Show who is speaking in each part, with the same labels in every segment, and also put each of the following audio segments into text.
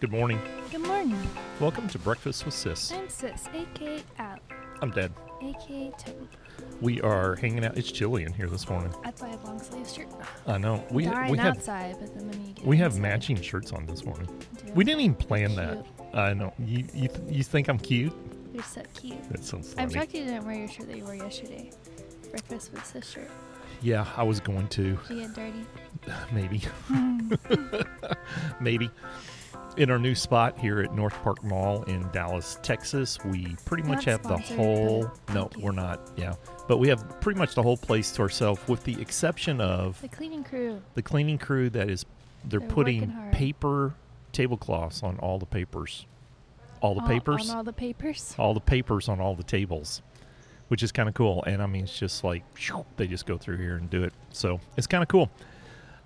Speaker 1: Good morning.
Speaker 2: Good morning.
Speaker 1: Welcome to Breakfast with Sis.
Speaker 2: I'm Sis, aka Al,
Speaker 1: I'm Dad.
Speaker 2: aka Toby.
Speaker 1: We are hanging out. It's chilly in here this morning.
Speaker 2: That's why I have long sleeve shirt.
Speaker 1: I know. We
Speaker 2: Darn
Speaker 1: we have
Speaker 2: outside, but then when you get
Speaker 1: we have
Speaker 2: inside,
Speaker 1: matching shirts on this morning.
Speaker 2: you do.
Speaker 1: We didn't even plan that. I know. You you th- you think I'm cute?
Speaker 2: You're so cute.
Speaker 1: That's so
Speaker 2: I'm
Speaker 1: funny.
Speaker 2: shocked you didn't wear your shirt that you wore yesterday. Breakfast with Sis shirt.
Speaker 1: Yeah, I was going to
Speaker 2: Did you get dirty?
Speaker 1: maybe maybe in our new spot here at North Park Mall in Dallas, Texas. We pretty much have
Speaker 2: Not
Speaker 1: the
Speaker 2: sponsored,
Speaker 1: whole.
Speaker 2: but
Speaker 1: No,
Speaker 2: thank you.
Speaker 1: we're not. Yeah, but we have pretty much the whole place to ourselves, with the exception of
Speaker 2: The cleaning crew.
Speaker 1: the cleaning crew that is they're,
Speaker 2: They're
Speaker 1: putting
Speaker 2: working hard.
Speaker 1: paper tablecloths on all the papers all the
Speaker 2: All-
Speaker 1: papers
Speaker 2: On
Speaker 1: all,
Speaker 2: all the papers.
Speaker 1: the papers on all the tables which is kind of cool and i mean it's just like phew, they just go through here and do it so it's kind of cool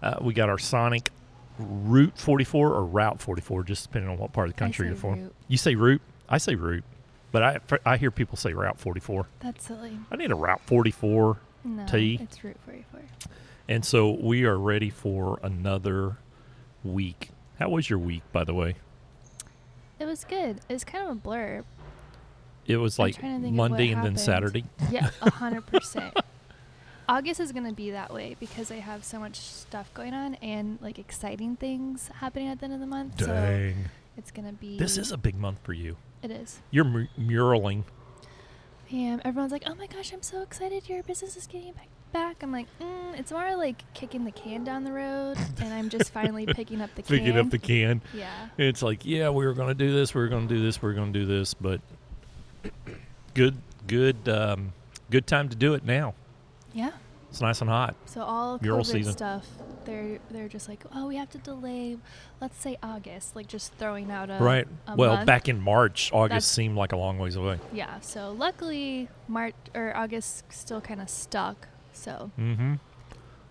Speaker 1: uh, we got our sonic route 44 or route 44 just depending on what part of the
Speaker 2: I
Speaker 1: country
Speaker 2: say
Speaker 1: you're from
Speaker 2: route.
Speaker 1: you say route i say route but i i hear people say route 44
Speaker 2: That's silly.
Speaker 1: i need a route 44
Speaker 2: No,
Speaker 1: Tea.
Speaker 2: it's Route 44.
Speaker 1: and so we are ready for another week. How was your week, by the way?
Speaker 2: It was good. It was kind of a blur.
Speaker 1: It was
Speaker 2: I'm
Speaker 1: like
Speaker 2: trying to think of
Speaker 1: Monday
Speaker 2: what
Speaker 1: and then
Speaker 2: happened.
Speaker 1: Saturday.
Speaker 2: Yeah, a hundred percent. August is gonna be that way because I have so much stuff going on and like exciting things happening at the end of the month. So E. it's gonna be.
Speaker 1: This is a big month for you.
Speaker 2: It is.
Speaker 1: You're mu- muraling.
Speaker 2: And everyone's like, "Oh my gosh, I'm so excited! Your business is getting back." Back, I'm like, mm, it's more like kicking the can down the road, and I'm just finally picking up the can.
Speaker 1: Picking up the can.
Speaker 2: Yeah,
Speaker 1: It's like, yeah, we were going to do this, we were going to do this, we were going to do this, but good, good, um, good time to do it now.
Speaker 2: yeah.
Speaker 1: It's nice and hot.
Speaker 2: So all COVID
Speaker 1: Mural season.
Speaker 2: stuff, they're they're just like, oh, we have to delay. Let's say August, like just throwing out a
Speaker 1: right.
Speaker 2: a
Speaker 1: Well,
Speaker 2: month.
Speaker 1: back in March, August
Speaker 2: That's-
Speaker 1: seemed like a long ways away.
Speaker 2: Yeah, so luckily March or August still kind of stuck. So
Speaker 1: Mm hmm.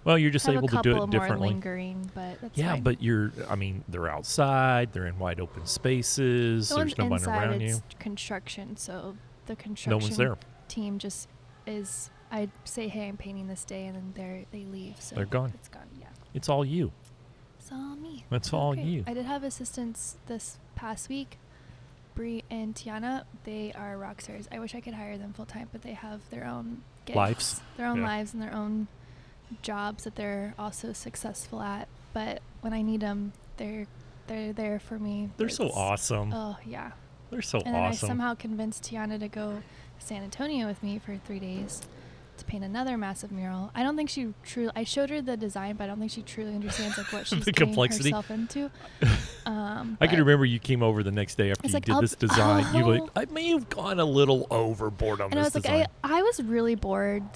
Speaker 1: Well, you're just
Speaker 2: have
Speaker 1: able
Speaker 2: a
Speaker 1: to
Speaker 2: couple
Speaker 1: do it
Speaker 2: more
Speaker 1: differently.
Speaker 2: lingering, but that's
Speaker 1: Yeah,
Speaker 2: fine.
Speaker 1: but you're, I mean, they're outside, they're in wide open spaces,
Speaker 2: the ones
Speaker 1: there's nobody
Speaker 2: inside
Speaker 1: around
Speaker 2: it's
Speaker 1: you.
Speaker 2: construction, so the
Speaker 1: No
Speaker 2: construction
Speaker 1: one's there.
Speaker 2: team just is. I say, hey, I'm painting this day, and then they they leave. So
Speaker 1: They're gone.
Speaker 2: It's gone. Yeah,
Speaker 1: It's all you.
Speaker 2: it's all me.
Speaker 1: That's all
Speaker 2: Great.
Speaker 1: you.
Speaker 2: I did have assistants this past week. Bree and Tiana, they are rock stars. I wish I could hire them full time, but they have their own gigs,
Speaker 1: Lives.
Speaker 2: their own
Speaker 1: Yeah.
Speaker 2: lives, and their own jobs that they're also successful at. But when I need them, they're they're there for me.
Speaker 1: They're so
Speaker 2: It's-
Speaker 1: awesome.
Speaker 2: Oh yeah.
Speaker 1: they're so
Speaker 2: and then I
Speaker 1: awesome.
Speaker 2: somehow convinced Tiana to go to San Antonio with me for three days to paint another massive mural. I don't think she truly. I showed her the design, but I don't think she truly understands like what she's
Speaker 1: The
Speaker 2: getting
Speaker 1: complexity.
Speaker 2: herself into. Um,
Speaker 1: I can
Speaker 2: but-
Speaker 1: remember you came over the next day after
Speaker 2: It's
Speaker 1: you
Speaker 2: like,
Speaker 1: did
Speaker 2: I'll-
Speaker 1: this design. You were like,
Speaker 2: Oh.
Speaker 1: I may have gone a little overboard on
Speaker 2: And I
Speaker 1: this
Speaker 2: was like,
Speaker 1: design.
Speaker 2: I, I was really bored,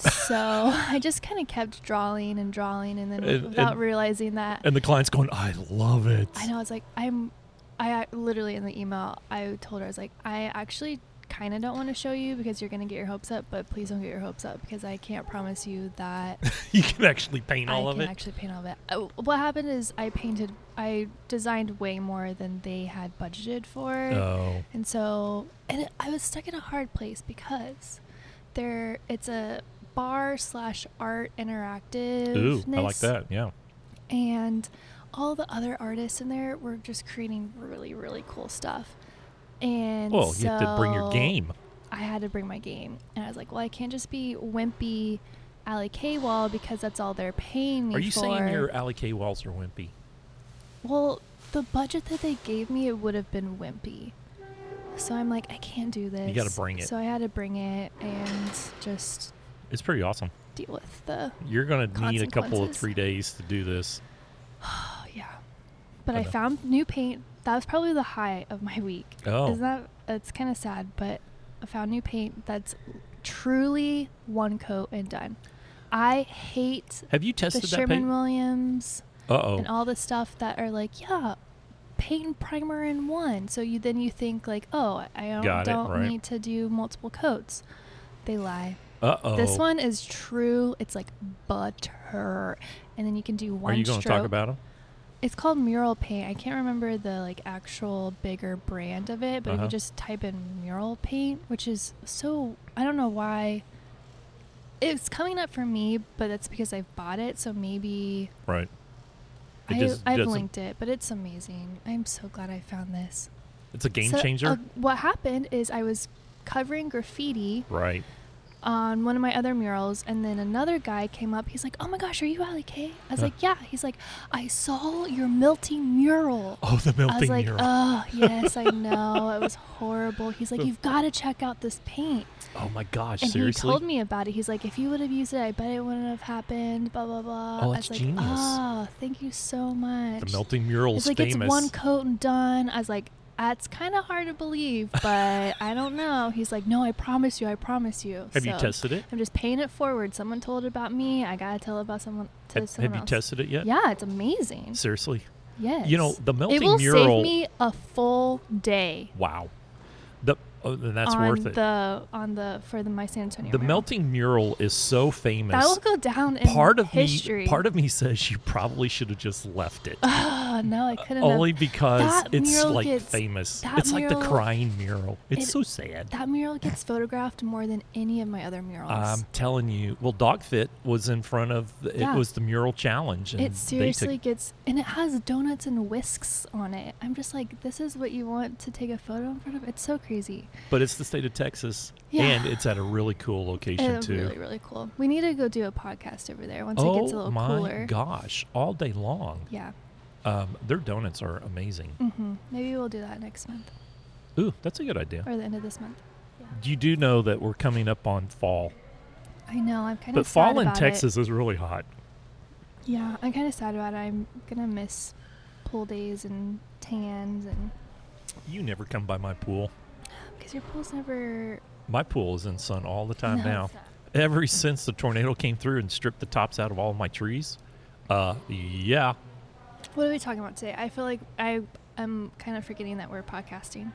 Speaker 2: so I just kind of kept drawing and drawing, and then
Speaker 1: And-
Speaker 2: without
Speaker 1: and-
Speaker 2: realizing that,
Speaker 1: and the client's going, I love it.
Speaker 2: I know I was like, I'm, I ac- literally in the email I told her I was like, I actually kind of don't want to show you because you're gonna get your hopes up, but please don't get your hopes up because I can't promise you that
Speaker 1: you can actually paint all
Speaker 2: I
Speaker 1: of
Speaker 2: can
Speaker 1: it.
Speaker 2: actually paint all of it. Uh, What happened is I painted, I designed way more than they had budgeted for.
Speaker 1: oh,
Speaker 2: And so, and it, I was stuck in a hard place because there it's a bar slash art interactive.
Speaker 1: ooh, I like that. Yeah.
Speaker 2: And all the other artists in there were just creating really really cool stuff. And
Speaker 1: Well, you have to bring your
Speaker 2: so
Speaker 1: game.
Speaker 2: I had to bring my game, and I was like, well, I can't just be wimpy. Alley K wall because that's all they're paying me
Speaker 1: Are you
Speaker 2: for.
Speaker 1: saying your Alley K walls are wimpy?
Speaker 2: Well, the budget that they gave me, it would have been wimpy. So I'm like, I can't do this.
Speaker 1: gotta bring it.
Speaker 2: So I had to bring it and just
Speaker 1: It's pretty awesome.
Speaker 2: deal with the.
Speaker 1: You're going to need a couple of
Speaker 2: Consequences.
Speaker 1: three days to do this.
Speaker 2: Oh yeah, but
Speaker 1: I
Speaker 2: I,
Speaker 1: know.
Speaker 2: found new paint. That was probably the high of my week.
Speaker 1: Oh.
Speaker 2: Isn't that? It's kind of sad, but I found new paint that's truly one coat and done. I hate
Speaker 1: Have you
Speaker 2: the
Speaker 1: tested that
Speaker 2: Sherman
Speaker 1: paint?
Speaker 2: Williams
Speaker 1: Uh oh.
Speaker 2: and all the stuff that are like, yeah, paint and primer in one. So you then you think like, oh, I don't,
Speaker 1: Got it,
Speaker 2: don't
Speaker 1: right.
Speaker 2: need to do multiple coats. They lie.
Speaker 1: Uh oh.
Speaker 2: This one is true. It's like butter, and then you can do one.
Speaker 1: Are you going to
Speaker 2: stroke.
Speaker 1: talk about them?
Speaker 2: It's called mural paint. I can't remember the like actual bigger brand of it, but if
Speaker 1: Uh-huh.
Speaker 2: you just type in mural paint, which is so I don't know why it's coming up for me, but that's because I've bought it, so maybe
Speaker 1: Right. It
Speaker 2: I,
Speaker 1: just
Speaker 2: I've
Speaker 1: doesn't-
Speaker 2: linked it, but it's amazing. I'm so glad I found this.
Speaker 1: It's a game
Speaker 2: So,
Speaker 1: changer.
Speaker 2: uh, what happened is I was covering graffiti
Speaker 1: right.
Speaker 2: on one of my other murals, and then another guy came up. He's like, "Oh my gosh, are you Ali K?" I was
Speaker 1: Huh.
Speaker 2: like, "Yeah." He's like, "I saw your melting mural."
Speaker 1: Oh, the
Speaker 2: I was
Speaker 1: melting
Speaker 2: like,
Speaker 1: mural.
Speaker 2: "Oh yes, I know. It was horrible." He's like, "You've got to check out this paint."
Speaker 1: oh my gosh!
Speaker 2: And
Speaker 1: seriously.
Speaker 2: he told me about it. He's like, "If you would have used it, I bet it wouldn't have happened." Blah blah blah.
Speaker 1: Oh,
Speaker 2: I
Speaker 1: that's
Speaker 2: was like,
Speaker 1: genius.
Speaker 2: "Oh, thank you so much."
Speaker 1: the melting mural
Speaker 2: It's
Speaker 1: is
Speaker 2: like
Speaker 1: famous.
Speaker 2: it's one coat and done. I was like, that's kind of hard to believe, but I don't know. He's like, no, I promise you, I promise you.
Speaker 1: Have you
Speaker 2: So,
Speaker 1: tested it?
Speaker 2: I'm just paying it forward. Someone told about me. I gotta tell about someone. To
Speaker 1: Have,
Speaker 2: someone
Speaker 1: have you
Speaker 2: else.
Speaker 1: tested it yet?
Speaker 2: Yeah, it's amazing.
Speaker 1: Seriously.
Speaker 2: Yes.
Speaker 1: You know, the melting
Speaker 2: it will
Speaker 1: mural.
Speaker 2: save me a full day.
Speaker 1: wow. The oh, then that's
Speaker 2: on
Speaker 1: worth it.
Speaker 2: The on the for the my San Antonio.
Speaker 1: The
Speaker 2: mural.
Speaker 1: melting mural is so famous.
Speaker 2: that will go down in
Speaker 1: part of
Speaker 2: history.
Speaker 1: me, part of me says you probably should have just left it,
Speaker 2: Oh no, I couldn't. have-
Speaker 1: only because
Speaker 2: That
Speaker 1: it's
Speaker 2: mural
Speaker 1: like
Speaker 2: gets-
Speaker 1: famous.
Speaker 2: that
Speaker 1: It's like the
Speaker 2: mural-
Speaker 1: crying mural. It's
Speaker 2: it-
Speaker 1: so sad.
Speaker 2: that mural gets photographed more than any of my other murals.
Speaker 1: I'm telling you. Well, Dogfit was in front of. The,
Speaker 2: Yeah.
Speaker 1: It was the mural challenge. And
Speaker 2: It
Speaker 1: They
Speaker 2: seriously
Speaker 1: took,
Speaker 2: gets, and it has donuts and whisks on it. I'm just like, this is what you want to take a photo in front of. It's so crazy.
Speaker 1: but it's the state of Texas,
Speaker 2: Yeah.
Speaker 1: and it's at a really cool location
Speaker 2: It's
Speaker 1: too.
Speaker 2: Uh, really, really cool. We need to go do a podcast over there once
Speaker 1: oh
Speaker 2: it gets a little
Speaker 1: my
Speaker 2: cooler.
Speaker 1: gosh! All day long.
Speaker 2: Yeah.
Speaker 1: Um, their donuts are amazing.
Speaker 2: hmm Maybe we'll do that next month
Speaker 1: Ooh, that's a good idea.
Speaker 2: or the end of this month.
Speaker 1: You do know that we're coming up on fall,
Speaker 2: I know. I'm kind
Speaker 1: but
Speaker 2: of sad
Speaker 1: fall in
Speaker 2: about it.
Speaker 1: Texas is really hot.
Speaker 2: Yeah, I'm kind of sad about it. I'm gonna miss pool days and tans and
Speaker 1: You never come by my pool.
Speaker 2: because your pool's never.
Speaker 1: My pool is in sun all the time
Speaker 2: No,
Speaker 1: now.
Speaker 2: it's not.
Speaker 1: Ever since the tornado came through and stripped the tops out of all my trees, uh, yeah,
Speaker 2: What are we talking about today? I feel like I am kind of forgetting that we're podcasting.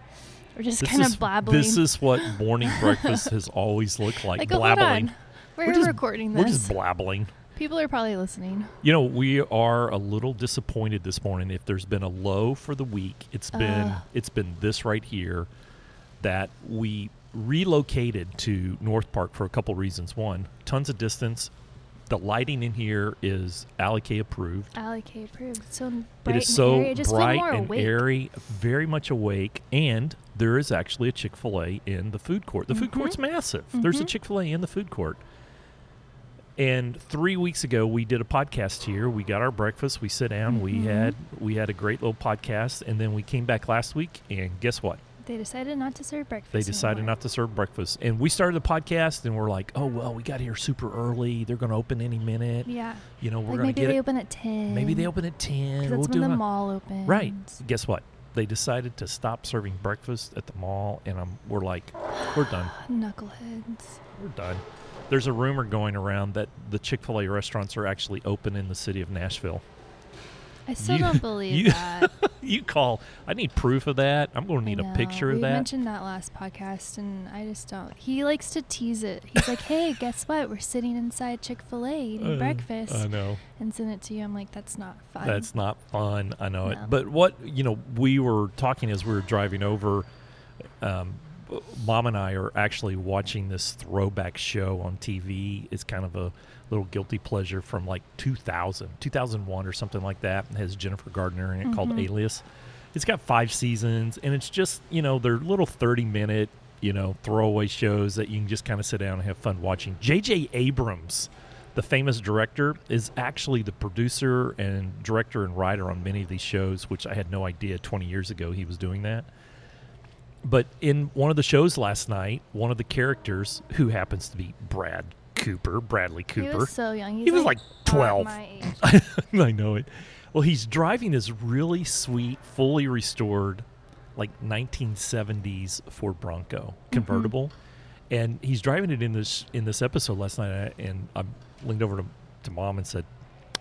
Speaker 2: We're just
Speaker 1: this
Speaker 2: kind
Speaker 1: is
Speaker 2: of blabbling.
Speaker 1: this is what morning breakfast has always looked like.
Speaker 2: like, oh, hold
Speaker 1: blabbling.
Speaker 2: on. We're,
Speaker 1: just-
Speaker 2: recording
Speaker 1: We're
Speaker 2: this.
Speaker 1: just blabbling.
Speaker 2: People are probably listening.
Speaker 1: You know, we are a little disappointed this morning. If there's been a low for the week, it's been
Speaker 2: Ugh.
Speaker 1: it's been this right here that we relocated to North Park for a couple reasons. One, tons of distance. The lighting in here is Alley K approved.
Speaker 2: Alley K approved. It's so
Speaker 1: It
Speaker 2: bright
Speaker 1: is so
Speaker 2: and airy. I just
Speaker 1: bright
Speaker 2: feel more
Speaker 1: and
Speaker 2: awake.
Speaker 1: airy, very much awake, and there is actually a Chick fil A in the food court. The food
Speaker 2: Mhm.
Speaker 1: court's massive. There's a
Speaker 2: Mhm.
Speaker 1: Chick fil A in the food court. And three weeks ago, we did a podcast here. We got our breakfast. We sit down. We
Speaker 2: Mhm.
Speaker 1: had we had a great little podcast, and then we came back last week. And guess what?
Speaker 2: They decided not to serve breakfast.
Speaker 1: They decided
Speaker 2: anymore.
Speaker 1: not to serve breakfast. And we started the podcast, and we're like, "Oh well, we got here super early. They're going to open any minute.
Speaker 2: Yeah.
Speaker 1: You know, we're
Speaker 2: like
Speaker 1: going to
Speaker 2: maybe
Speaker 1: get
Speaker 2: they
Speaker 1: it.
Speaker 2: open at ten.
Speaker 1: Maybe they open at ten.
Speaker 2: Because
Speaker 1: We'll
Speaker 2: that's
Speaker 1: do
Speaker 2: when the
Speaker 1: a-
Speaker 2: mall opens.
Speaker 1: Right. Guess what? They decided to stop serving breakfast at the mall, and I'm, we're like, we're done.
Speaker 2: Knuckleheads.
Speaker 1: We're done. There's a rumor going around that the Chick fil A restaurants are actually open in the city of Nashville.
Speaker 2: I still
Speaker 1: You-
Speaker 2: don't believe
Speaker 1: you-
Speaker 2: that.
Speaker 1: You call, I need proof of that. I'm going to
Speaker 2: I
Speaker 1: need a
Speaker 2: know.
Speaker 1: picture of
Speaker 2: We
Speaker 1: that.
Speaker 2: mentioned that last podcast, and I just don't. He likes to tease it. He's like, "Hey, guess what? We're sitting inside Chick Fil A eating
Speaker 1: Uh,
Speaker 2: breakfast,"
Speaker 1: I know.
Speaker 2: and send it to you. I'm like, "That's not fun."
Speaker 1: That's not fun. I know
Speaker 2: No.
Speaker 1: it. But what, you know, we were talking as we were driving over. Um, Mom and I are actually watching this throwback show on TV. It's kind of a little guilty pleasure from like 2000, 2001 or something like that. It has Jennifer Gardner in it called
Speaker 2: Mhm.
Speaker 1: Alias. It's got five seasons and it's just, you know, they're little 30 minute, you know, throwaway shows that you can just kind of sit down and have fun watching. J.J. Abrams, the famous director, is actually the producer and director and writer on many of these shows, which I had no idea 20 years ago he was doing that. But in one of the shows last night, one of the characters who happens to be Brad Cooper, Bradley Cooper.
Speaker 2: He was so young. He's
Speaker 1: He was like
Speaker 2: about
Speaker 1: 12.
Speaker 2: My age.
Speaker 1: I know it. Well, he's driving this really sweet, fully restored, like 1970s Ford Bronco convertible, and he's driving it in this in this episode last night. uh, And I, and I leaned over to, to mom and said,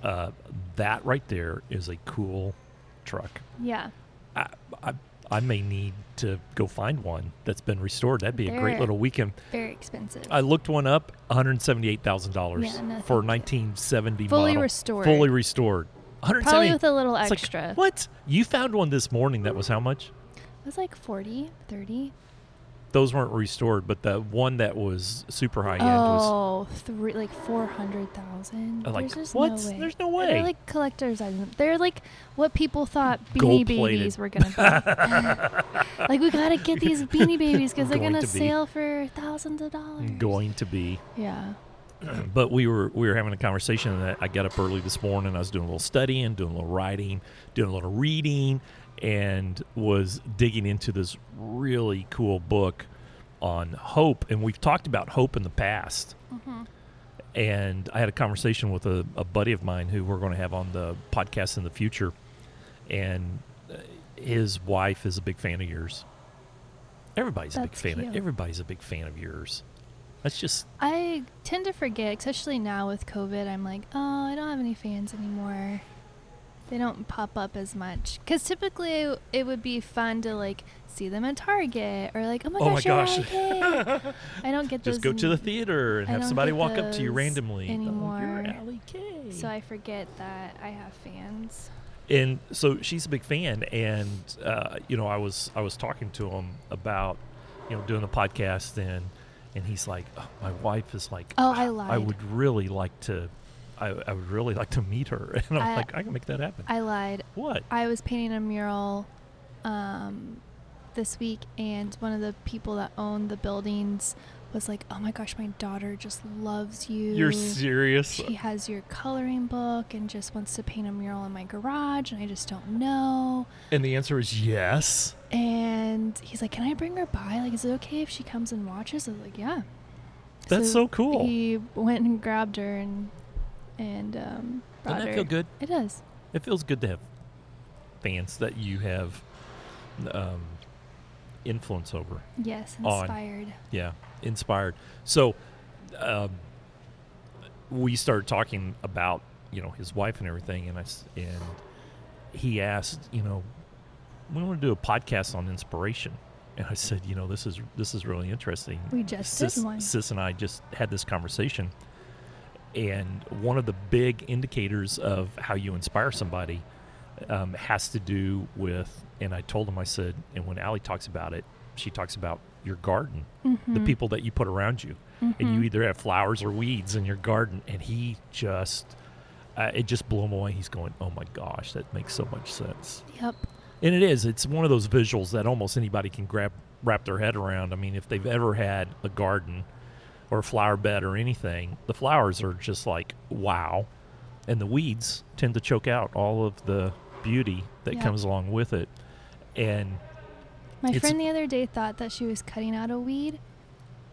Speaker 1: uh, "That right there is a cool truck.
Speaker 2: Yeah.
Speaker 1: I, I, I may need to go find one that's been restored. That'd be a great
Speaker 2: There.
Speaker 1: little weekend."
Speaker 2: Very expensive.
Speaker 1: I looked one up, one hundred seventy-eight thousand
Speaker 2: Yeah, no,
Speaker 1: dollars for
Speaker 2: thank you.
Speaker 1: nineteen seventy
Speaker 2: Fully
Speaker 1: model,
Speaker 2: restored.
Speaker 1: fully restored.
Speaker 2: Probably
Speaker 1: 170.
Speaker 2: with a little
Speaker 1: It's like,
Speaker 2: extra.
Speaker 1: what? You found one this morning that was how much?
Speaker 2: It was like 40, 30.
Speaker 1: Those weren't restored, but the one that was super high end was
Speaker 2: Oh, three like four hundred thousand.
Speaker 1: I'm like,
Speaker 2: There's just
Speaker 1: what?
Speaker 2: no way.
Speaker 1: There's no way.
Speaker 2: They're like collectors items. They're like what people thought Beanie
Speaker 1: Gold-plated.
Speaker 2: Babies were gonna be. like we gotta get these Beanie Babies because they're
Speaker 1: Going
Speaker 2: gonna
Speaker 1: to be.
Speaker 2: sell for thousands of dollars.
Speaker 1: going to be.
Speaker 2: Yeah.
Speaker 1: But we were we were having a conversation and I- I got up early this morning. I was doing a little studying, doing a little writing, doing a little reading, and was digging into this really cool book on hope. And we've talked about hope in the past.
Speaker 2: Mm-hmm.
Speaker 1: And I had a conversation with a, a buddy of mine who we're going to have on the podcast in the future, and uh, his wife is a big fan of yours. Everybody's a big
Speaker 2: That's
Speaker 1: fan. Of,
Speaker 2: cute.
Speaker 1: everybody's a big fan of yours. That's just
Speaker 2: I tend to forget, especially now with COVID. I'm like, oh, I don't have any fans anymore. They don't pop up as much because typically it would be fun to like see them at Target or like, oh my
Speaker 1: Oh my
Speaker 2: gosh,
Speaker 1: gosh.
Speaker 2: I like it. I don't get
Speaker 1: Just
Speaker 2: those
Speaker 1: go to the
Speaker 2: n-
Speaker 1: theater and
Speaker 2: I
Speaker 1: have
Speaker 2: don't
Speaker 1: somebody
Speaker 2: get
Speaker 1: walk up to you
Speaker 2: those
Speaker 1: randomly.
Speaker 2: anymore.
Speaker 1: You're Ally K.
Speaker 2: So I forget that I have fans.
Speaker 1: and so she's a big fan, and uh, you know, I was I was talking to him about you know doing the podcast, and and he's like, oh, my wife is like,
Speaker 2: Oh, I
Speaker 1: I
Speaker 2: lied.
Speaker 1: would really like to, I, I would really like to meet her, and I'm
Speaker 2: I-
Speaker 1: like, I can make that happen.
Speaker 2: I lied.
Speaker 1: what?
Speaker 2: I was painting a mural um, this week, and one of the people that owned the buildings was like, "Oh my gosh, my daughter just loves you.
Speaker 1: You're serious?
Speaker 2: she has your coloring book and just wants to paint a mural in my garage, and I just don't know."
Speaker 1: And the answer is yes.
Speaker 2: And he's like, "Can I bring her by? Like, is it okay if she comes and watches?" I was like, "Yeah."
Speaker 1: That's so cool.
Speaker 2: He went and grabbed her and and um, brought
Speaker 1: Doesn't that
Speaker 2: her.
Speaker 1: feel good?
Speaker 2: It does.
Speaker 1: It feels good to have fans that you have um, influence over.
Speaker 2: Yes,
Speaker 1: On.
Speaker 2: inspired.
Speaker 1: Yeah, inspired. So um, we started talking about you know his wife and everything, and I s- and he asked you know we want to do a podcast on inspiration, and I said you know this is this is really interesting.
Speaker 2: We just
Speaker 1: Sis,
Speaker 2: did one.
Speaker 1: Sis and I just had this conversation, and one of the big indicators of how you inspire somebody um, has to do with. And I told him, I said, and when Allie talks about it, she talks about your garden,
Speaker 2: Hmm.
Speaker 1: the people that you put around you, and
Speaker 2: Mm-hmm.
Speaker 1: you either have flowers or weeds in your garden. And he just, uh, it just blew him away. He's going, "Oh my gosh, that makes so much sense."
Speaker 2: Yep.
Speaker 1: And it is. It's one of those visuals that almost anybody can grab, wrap their head around. I mean, if they've ever had a garden or a flower bed or anything, the flowers are just like wow, and the weeds tend to choke out all of the beauty that
Speaker 2: Yeah.
Speaker 1: comes along with it. And
Speaker 2: My
Speaker 1: It's-
Speaker 2: friend the other day thought that she was cutting out a weed,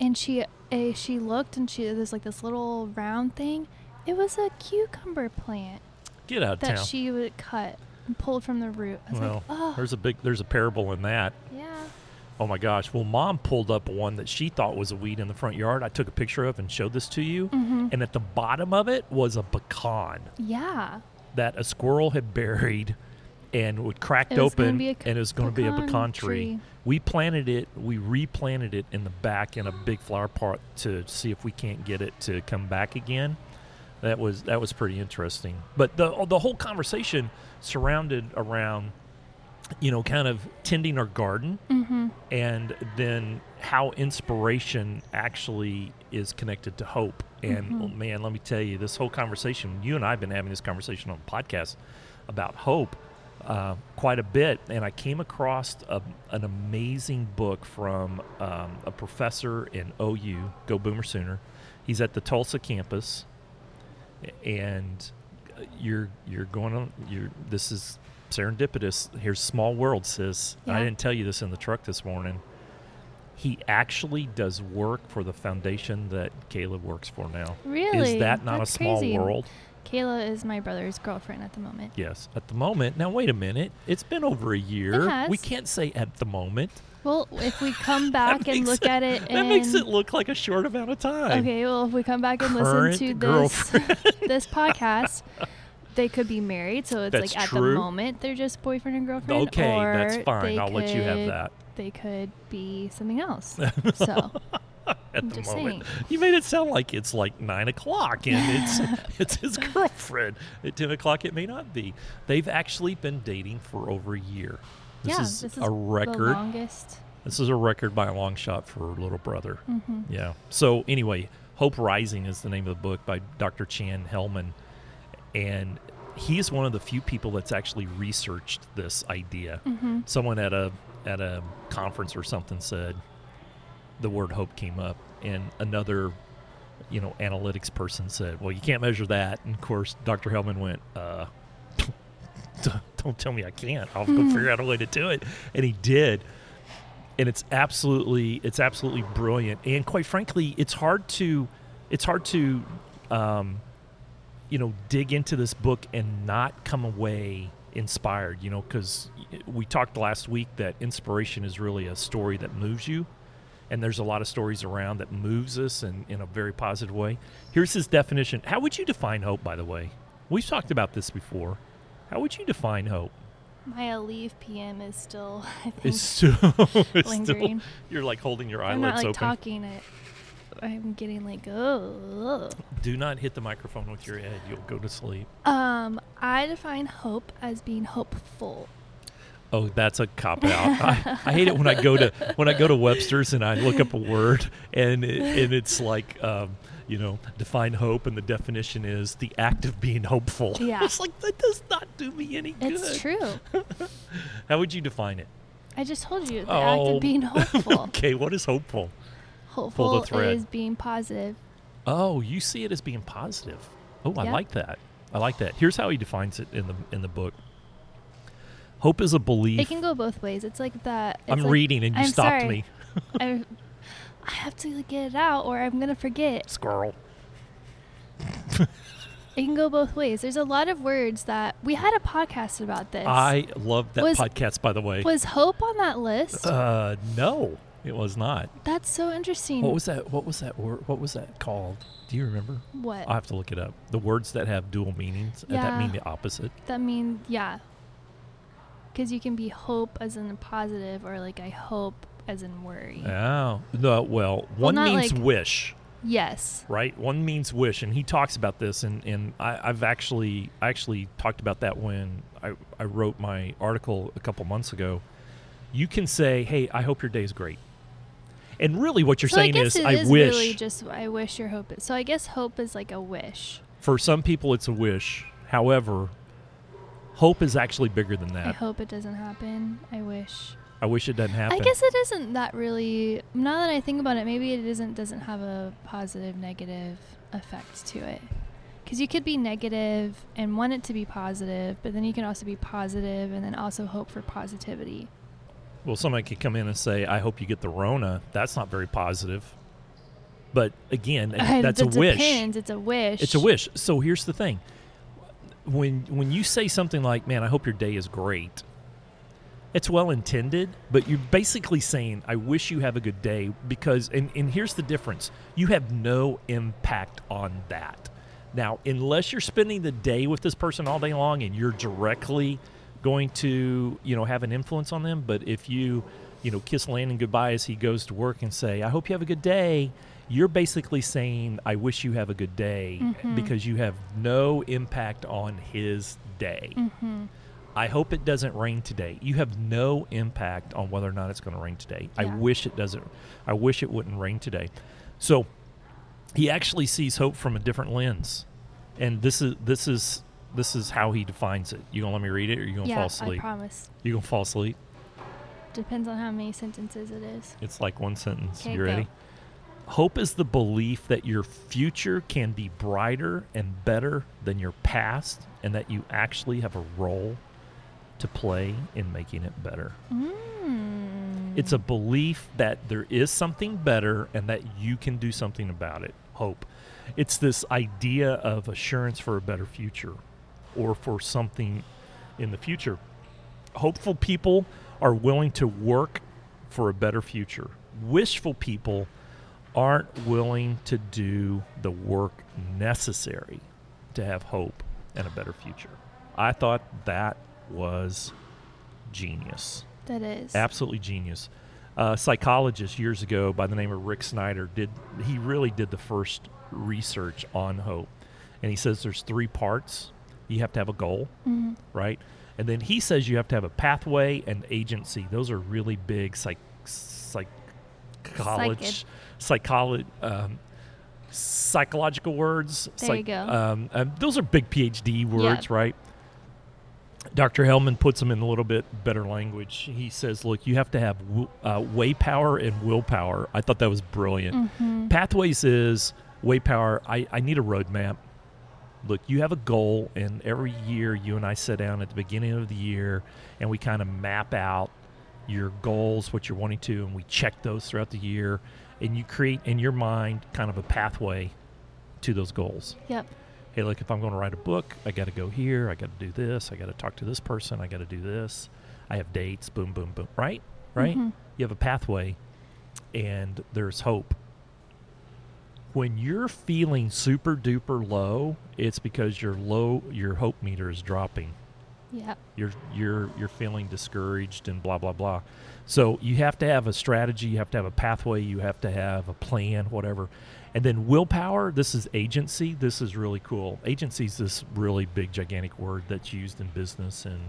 Speaker 2: and she eh, she looked and she there's like this little round thing. It was a cucumber plant
Speaker 1: get out of
Speaker 2: that
Speaker 1: town.
Speaker 2: she would cut and pulled from the root. I was
Speaker 1: well,
Speaker 2: like, oh
Speaker 1: there's a big there's a parable in that.
Speaker 2: yeah,
Speaker 1: Oh my gosh. Well, mom pulled up one that she thought was a weed in the front yard. I took a picture of and showed this to you.
Speaker 2: Mm-hmm.
Speaker 1: And at the bottom of it was a pecan.
Speaker 2: yeah.
Speaker 1: that a squirrel had buried and would cracked
Speaker 2: It was gonna
Speaker 1: open
Speaker 2: be a c-
Speaker 1: and it was going to be a
Speaker 2: pecan
Speaker 1: pecan tree.
Speaker 2: tree.
Speaker 1: We planted it, we replanted it in the back in a big flower pot to see if we can't get it to come back again. That was that was pretty interesting. But the the whole conversation surrounded around you know kind of tending our garden
Speaker 2: Mm-hmm.
Speaker 1: and then how inspiration actually is connected to hope. And
Speaker 2: Mhm.
Speaker 1: oh, man, let me tell you, this whole conversation, you and I have been having this conversation on podcasts about hope uh, quite a bit. And I came across a, an amazing book from um, a professor in OU, Go Boomer Sooner. He's at the Tulsa campus. And uh, you're you're going on you're this is serendipitous here's small world sis i
Speaker 2: Yeah.
Speaker 1: didn't tell you this in the truck this morning he actually does work for the foundation that Caleb works for now.
Speaker 2: Really?
Speaker 1: Is that not
Speaker 2: That's
Speaker 1: a small
Speaker 2: crazy.
Speaker 1: world?
Speaker 2: Kayla is my brother's girlfriend at the moment.
Speaker 1: Yes. At the moment. Now, wait a minute. It's been over a year.
Speaker 2: has.
Speaker 1: We can't say at the moment.
Speaker 2: Well, if we come
Speaker 1: That
Speaker 2: back and
Speaker 1: makes
Speaker 2: look
Speaker 1: it-
Speaker 2: at it,
Speaker 1: That
Speaker 2: and
Speaker 1: makes it look like a short amount of time.
Speaker 2: Okay, well, if we come back and
Speaker 1: Current
Speaker 2: listen to this this podcast, they could be married. So it's
Speaker 1: That's
Speaker 2: like at
Speaker 1: true.
Speaker 2: the moment they're just boyfriend and girlfriend.
Speaker 1: Okay, that's
Speaker 2: or
Speaker 1: fine.
Speaker 2: they
Speaker 1: I'll let you have
Speaker 2: could-
Speaker 1: that.
Speaker 2: They could be something else. so
Speaker 1: at the
Speaker 2: just
Speaker 1: moment.
Speaker 2: saying.
Speaker 1: You made it sound like it's like nine o'clock and it's it's his girlfriend. At ten o'clock, it may not be. They've actually been dating for over a year. This
Speaker 2: yeah,
Speaker 1: is
Speaker 2: this is
Speaker 1: a
Speaker 2: The
Speaker 1: record.
Speaker 2: longest.
Speaker 1: This is a record by a long shot for Little Brother.
Speaker 2: hmm
Speaker 1: Yeah. So anyway, Hope Rising is the name of the book by Dr. Chan Hellman, and he is one of the few people that's actually researched this idea.
Speaker 2: hmm
Speaker 1: Someone at a at a conference or something said the word hope came up, and another you know analytics person said, "Well, you can't measure that." And of course, Dr. Hellman went, "Uh." don't- Don't tell me I can't. I'll go
Speaker 2: Mhm.
Speaker 1: figure out a way to do it, and he did and it's absolutely it's absolutely brilliant and quite frankly it's hard to it's hard to um, you know dig into this book and not come away inspired you know because we talked last week that inspiration is really a story that moves you and there's a lot of stories around that moves us in, in a very positive way here's his definition how would you define hope by the way we've talked about this before how would you define hope
Speaker 2: My Aleve PM is still, I think,
Speaker 1: it's still, it's still
Speaker 2: lingering.
Speaker 1: you're like holding your
Speaker 2: I'm
Speaker 1: eyelids
Speaker 2: not like
Speaker 1: open
Speaker 2: talking it. I'm getting like, oh.
Speaker 1: Do not hit the microphone with your head. You'll go to sleep.
Speaker 2: Um, I define hope as being hopeful.
Speaker 1: Oh, that's a cop out. I, I hate it when I go to when I go to Webster's and I look up a word and it, and it's like um, you know define hope and the definition is the act of being hopeful.
Speaker 2: Yeah.
Speaker 1: it's like that does not do me any good.
Speaker 2: It's true.
Speaker 1: How would you define it?
Speaker 2: I just told you the act
Speaker 1: Oh.
Speaker 2: of being hopeful.
Speaker 1: Okay, what is hopeful?
Speaker 2: Hopeful
Speaker 1: thread.
Speaker 2: is being positive.
Speaker 1: Oh, you see it as being positive. Oh, I
Speaker 2: Yeah.
Speaker 1: like that. I like that. Here's how he defines it in the in the book. Hope is a belief.
Speaker 2: It can go both ways. It's like that. it's
Speaker 1: I'm
Speaker 2: like-
Speaker 1: reading and you
Speaker 2: I'm
Speaker 1: stopped me.
Speaker 2: sorry. I, I have to get it out, or I'm gonna forget.
Speaker 1: Squirrel.
Speaker 2: It can go both ways. There's a lot of words that we had a podcast about this.
Speaker 1: I love that
Speaker 2: Was-
Speaker 1: podcast, by the way.
Speaker 2: was hope on that list.
Speaker 1: uh, no, it was not.
Speaker 2: That's so interesting.
Speaker 1: What was that? What was that word? What was that called? Do you remember?
Speaker 2: What?
Speaker 1: I have to look it up. The words that have dual meanings uh, that
Speaker 2: Yeah.
Speaker 1: mean the opposite.
Speaker 2: that mean yeah. Because you can be hope as in positive, or like I hope as in worry.
Speaker 1: Oh no! Well, one
Speaker 2: not
Speaker 1: means
Speaker 2: like-
Speaker 1: wish,
Speaker 2: yes.
Speaker 1: right? One means wish, and he talks about this. And and I, I've actually I actually talked about that when I I wrote my article a couple months ago. You can say, "Hey, I hope your day is great," and really, what you're
Speaker 2: so
Speaker 1: saying
Speaker 2: I
Speaker 1: is,
Speaker 2: guess it
Speaker 1: "I
Speaker 2: is
Speaker 1: wish."
Speaker 2: really just I wish your hope. Is, so I guess hope is like a wish.
Speaker 1: For some people, it's a wish. However, hope is actually bigger than
Speaker 2: I
Speaker 1: that.
Speaker 2: hope it doesn't happen. I wish.
Speaker 1: I wish it doesn't happen.
Speaker 2: I guess it isn't that really. Now that I think about it, maybe it isn't doesn't have a positive negative effect to it. Because you could be negative and want it to be positive, but then you can also be positive and then also hope for positivity.
Speaker 1: Well, somebody could come in and say, "I hope you get the Rona." That's not very positive. But again,
Speaker 2: I-
Speaker 1: that's a
Speaker 2: that
Speaker 1: wish.
Speaker 2: Depends. It's a wish.
Speaker 1: It's a wish. So here's the thing: when when you say something like, "Man, I hope your day is great," it's well intended, but you're basically saying, "I wish you have a good day," because and and here's the difference: you have no impact on that. Now, unless you're spending the day with this person all day long and you're directly going to you know have an influence on them, but if you you know kiss Landon goodbye as he goes to work and say, "I hope you have a good day." You're basically saying, "I wish you have a good day,"
Speaker 2: Mhm.
Speaker 1: because you have no impact on his day.
Speaker 2: Mm-hmm.
Speaker 1: I hope it doesn't rain today. You have no impact on whether or not it's going to rain today. I
Speaker 2: Yeah.
Speaker 1: wish it doesn't. I wish it wouldn't rain today. So he actually sees hope from a different lens, and this is this is this is how he defines it. You gonna let me read it, or you gonna
Speaker 2: Yeah,
Speaker 1: fall
Speaker 2: I
Speaker 1: asleep?
Speaker 2: promise.
Speaker 1: you gonna fall asleep?
Speaker 2: Depends on how many sentences it is.
Speaker 1: It's like one sentence.
Speaker 2: Okay,
Speaker 1: you
Speaker 2: go.
Speaker 1: ready? Hope is the belief that your future can be brighter and better than your past, and that you actually have a role to play in making it better.
Speaker 2: Mm.
Speaker 1: It's a belief that there is something better and that you can do something about it. Hope. It's this idea of assurance for a better future or for something in the future. Hopeful people are willing to work for a better future. Wishful people aren't willing to do the work necessary to have hope and a better future. I thought that was genius
Speaker 2: that is.
Speaker 1: absolutely genius. uh, psychologist years ago by the name of Rick Snyder did. He really did the first research on hope, and he says there's three parts. You have to have a goal,
Speaker 2: Mhm.
Speaker 1: right? And then he says you have to have a pathway and agency. Those are really big psych, psych college, psychology, um, psychological words.
Speaker 2: There you go.
Speaker 1: Um, um, those are big PhD words,
Speaker 2: Yeah.
Speaker 1: right? Dr. Hellman puts them in a little bit better language. He says, "Look, you have to have w- uh, way power and willpower." I thought that was brilliant.
Speaker 2: Mhm.
Speaker 1: Pathways is way power. I, I need a roadmap. Look, you have a goal, and every year you and I sit down at the beginning of the year and we kind of map out your goals, what you're wanting to, and we check those throughout the year. And you create in your mind kind of a pathway to those goals.
Speaker 2: Yep.
Speaker 1: Hey, look, if I'm going to write a book, I got to go here, I got to do this, I got to talk to this person, I got to do this. I have dates, boom, boom, boom. Right? Right?
Speaker 2: Mhm.
Speaker 1: You have a pathway and there's hope. When you're feeling super duper low, it's because your low your hope meter is dropping.
Speaker 2: Yep.
Speaker 1: You're you're you're feeling discouraged and blah blah blah. So you have to have a strategy, you have to have a pathway, you have to have a plan, whatever. And then willpower, this is agency. This is really cool. Agency is this really big gigantic word that's used in business and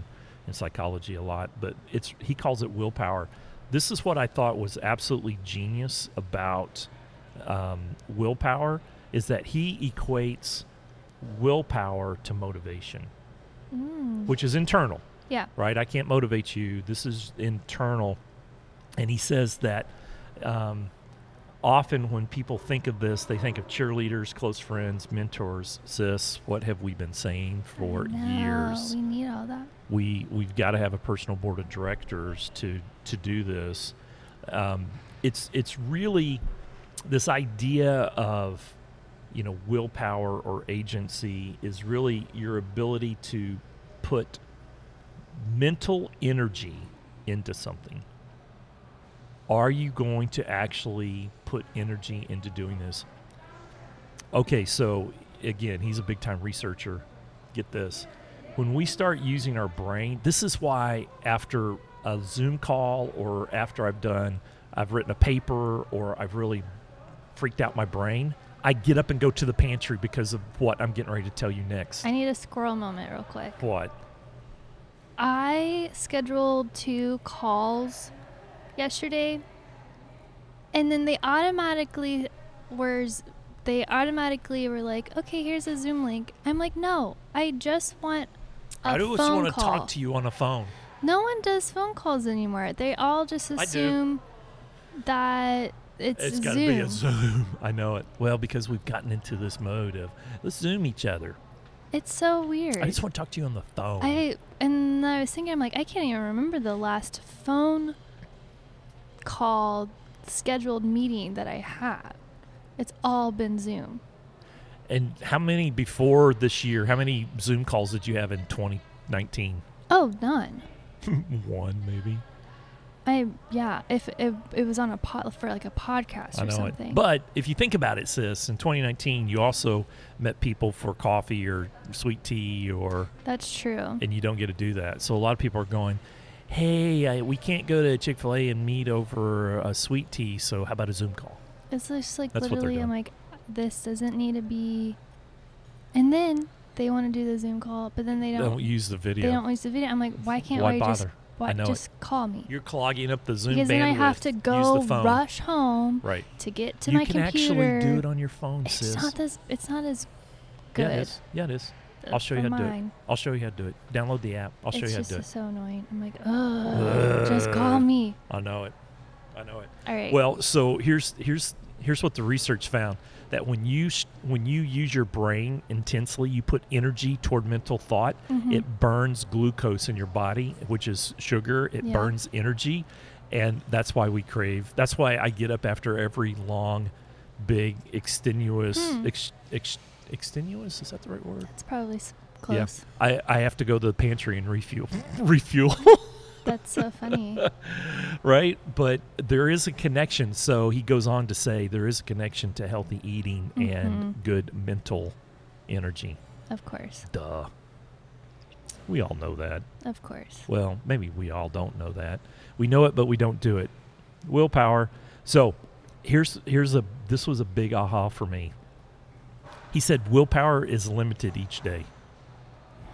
Speaker 1: in psychology a lot, but it's he calls it willpower. This is what I thought was absolutely genius about um, willpower is that he equates willpower to motivation,
Speaker 2: Mm.
Speaker 1: which is internal
Speaker 2: Yeah.
Speaker 1: right? I can't motivate you. This is internal. And he says that um, often when people think of this, they think of cheerleaders, close friends, mentors. Sis, what have we been saying for
Speaker 2: No,
Speaker 1: years?
Speaker 2: We need all that.
Speaker 1: we we've got to have a personal board of directors to to do this. Um, it's it's really this idea of you know willpower or agency is really your ability to put mental energy into something. Are you going to actually put energy into doing this? Okay, so again, he's a big time researcher. Get this. When we start using our brain, this is why after a Zoom call or after I've done, I've written a paper or I've really freaked out my brain, I get up and go to the pantry because of what I'm getting ready to tell you next.
Speaker 2: I need a squirrel moment real quick.
Speaker 1: what?
Speaker 2: I scheduled two calls yesterday, and then they automatically were they automatically were like, "Okay, here's a Zoom link." I'm like, "No, I just want a
Speaker 1: I just
Speaker 2: phone
Speaker 1: want to
Speaker 2: call."
Speaker 1: talk to you on the phone.
Speaker 2: No one does phone calls anymore. They all just
Speaker 1: do.
Speaker 2: assume that it's,
Speaker 1: It's got
Speaker 2: Zoom.
Speaker 1: to be a Zoom. I know it. Well, because we've gotten into this mode of let's Zoom each other.
Speaker 2: It's so weird.
Speaker 1: I just want to talk to you on the phone.
Speaker 2: I and I was thinking, I'm like, I can't even remember the last phone call scheduled meeting that I had. It's all been Zoom.
Speaker 1: and how many before this year? How many Zoom calls did you have in 2019?
Speaker 2: Oh, none.
Speaker 1: One, maybe.
Speaker 2: I yeah. If it, it was on a pod for like a podcast
Speaker 1: I
Speaker 2: or
Speaker 1: know
Speaker 2: something.
Speaker 1: it. But if you think about it, sis, in 2019, you also met people for coffee or sweet tea or
Speaker 2: that's true.
Speaker 1: and you don't get to do that. So a lot of people are going, "Hey, I, we can't go to Chick Fil A and meet over a sweet tea. So how about a Zoom call?"
Speaker 2: It's just like
Speaker 1: That's what they're
Speaker 2: literally, I'm like, this doesn't need to be. And then they want to do the Zoom call, but then they
Speaker 1: They
Speaker 2: don't.
Speaker 1: Don't use the video.
Speaker 2: They don't use the video. I'm like, why can't
Speaker 1: Why
Speaker 2: we just
Speaker 1: bother?
Speaker 2: why,
Speaker 1: I know it.
Speaker 2: just call me?
Speaker 1: You're clogging up the Zoom
Speaker 2: because
Speaker 1: bandwidth.
Speaker 2: then I have to
Speaker 1: Use the
Speaker 2: go
Speaker 1: phone.
Speaker 2: rush home
Speaker 1: Right.
Speaker 2: to get to
Speaker 1: you
Speaker 2: my
Speaker 1: can
Speaker 2: computer.
Speaker 1: actually do it on your phone,
Speaker 2: it's
Speaker 1: sis.
Speaker 2: not this. It's not as good.
Speaker 1: Yeah, it is. Yeah, it is.
Speaker 2: th-
Speaker 1: I'll show you
Speaker 2: for
Speaker 1: how to do it.
Speaker 2: mine.
Speaker 1: I'll show you how to do it. Download the app. I'll show
Speaker 2: it's
Speaker 1: you how to
Speaker 2: just
Speaker 1: do it.
Speaker 2: so annoying. I'm like, ugh, just call
Speaker 1: Ugh.
Speaker 2: me.
Speaker 1: I know it. I know it.
Speaker 2: All right.
Speaker 1: Well, so here's here's here's what the research found that when you sh- when you use your brain intensely, you put energy toward mental thought.
Speaker 2: Mhm.
Speaker 1: It burns glucose in your body, which is sugar. It
Speaker 2: Yeah.
Speaker 1: burns energy, and that's why we crave. That's why I get up after every long, big, extenuous,
Speaker 2: Hmm.
Speaker 1: ex, ex, extenuous. Is that the right word?
Speaker 2: it's probably s- close.
Speaker 1: I, I have to go to the pantry and refuel, refuel,
Speaker 2: That's so funny.
Speaker 1: right? But there is a connection. So he goes on to say there is a connection to healthy eating and
Speaker 2: Mhm.
Speaker 1: good mental energy.
Speaker 2: of course.
Speaker 1: Duh. We all know that.
Speaker 2: Of course.
Speaker 1: Well, maybe we all don't know that. We know it, but we don't do it. willpower. So here's here's a this was a big aha for me. He said willpower is limited each day.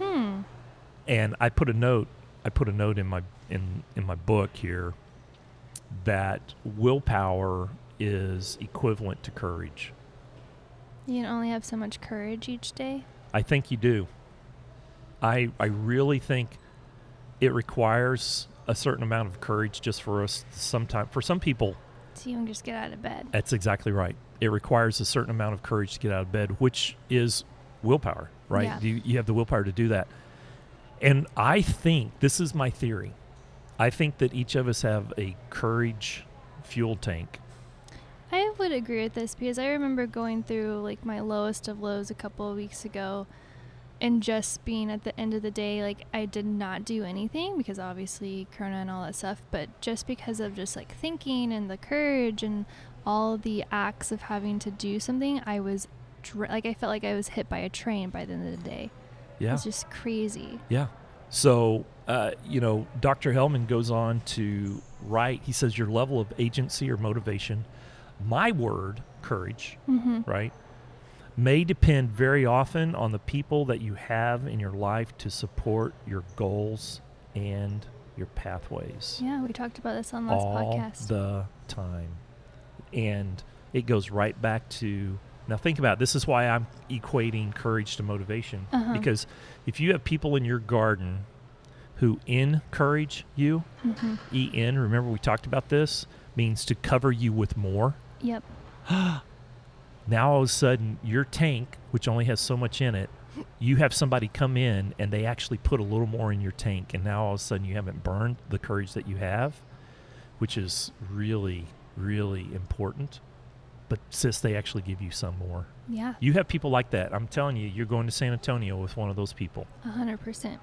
Speaker 2: Hmm.
Speaker 1: And I put a note I put a note in my in in my book here that willpower is equivalent to courage.
Speaker 2: You can only have so much courage each day.
Speaker 1: I think you do. I I really think it requires a certain amount of courage just for us sometime for some people
Speaker 2: So you can just get out of bed.
Speaker 1: that's exactly right. It requires a certain amount of courage to get out of bed, which is willpower, right?
Speaker 2: Yeah.
Speaker 1: You, you have the willpower to do that. And I think this is my theory. I think that each of us have a courage fuel tank.
Speaker 2: I would agree with this because I remember going through like my lowest of lows a couple of weeks ago and just being at the end of the day like I did not do anything because obviously corona and all that stuff, but just because of just like thinking and the courage and all the acts of having to do something, I was dr- like I felt like I was hit by a train by the end of the day.
Speaker 1: Yeah.
Speaker 2: It's just crazy.
Speaker 1: Yeah. So, uh, you know, Dr. Hellman goes on to write, he says, your level of agency or motivation, my word, courage,
Speaker 2: Mm-hmm.
Speaker 1: right, may depend very often on the people that you have in your life to support your goals and your pathways
Speaker 2: Yeah, we talked about this on last
Speaker 1: all
Speaker 2: podcast.
Speaker 1: the time. And it goes right back to now think about it. this is why I'm equating courage to motivation
Speaker 2: Uh-huh.
Speaker 1: because if you have people in your garden who encourage you,
Speaker 2: Mhm.
Speaker 1: en remember we talked about this means to cover you with more.
Speaker 2: Yep.
Speaker 1: Now all of a sudden your tank which only has so much in it, you have somebody come in and they actually put a little more in your tank and now all of a sudden you haven't burned the courage that you have which is really, really important. But sis, they actually give you some more.
Speaker 2: Yeah.
Speaker 1: You have people like that. I'm telling you, you're going to San Antonio with one of those people.
Speaker 2: A hundred percent.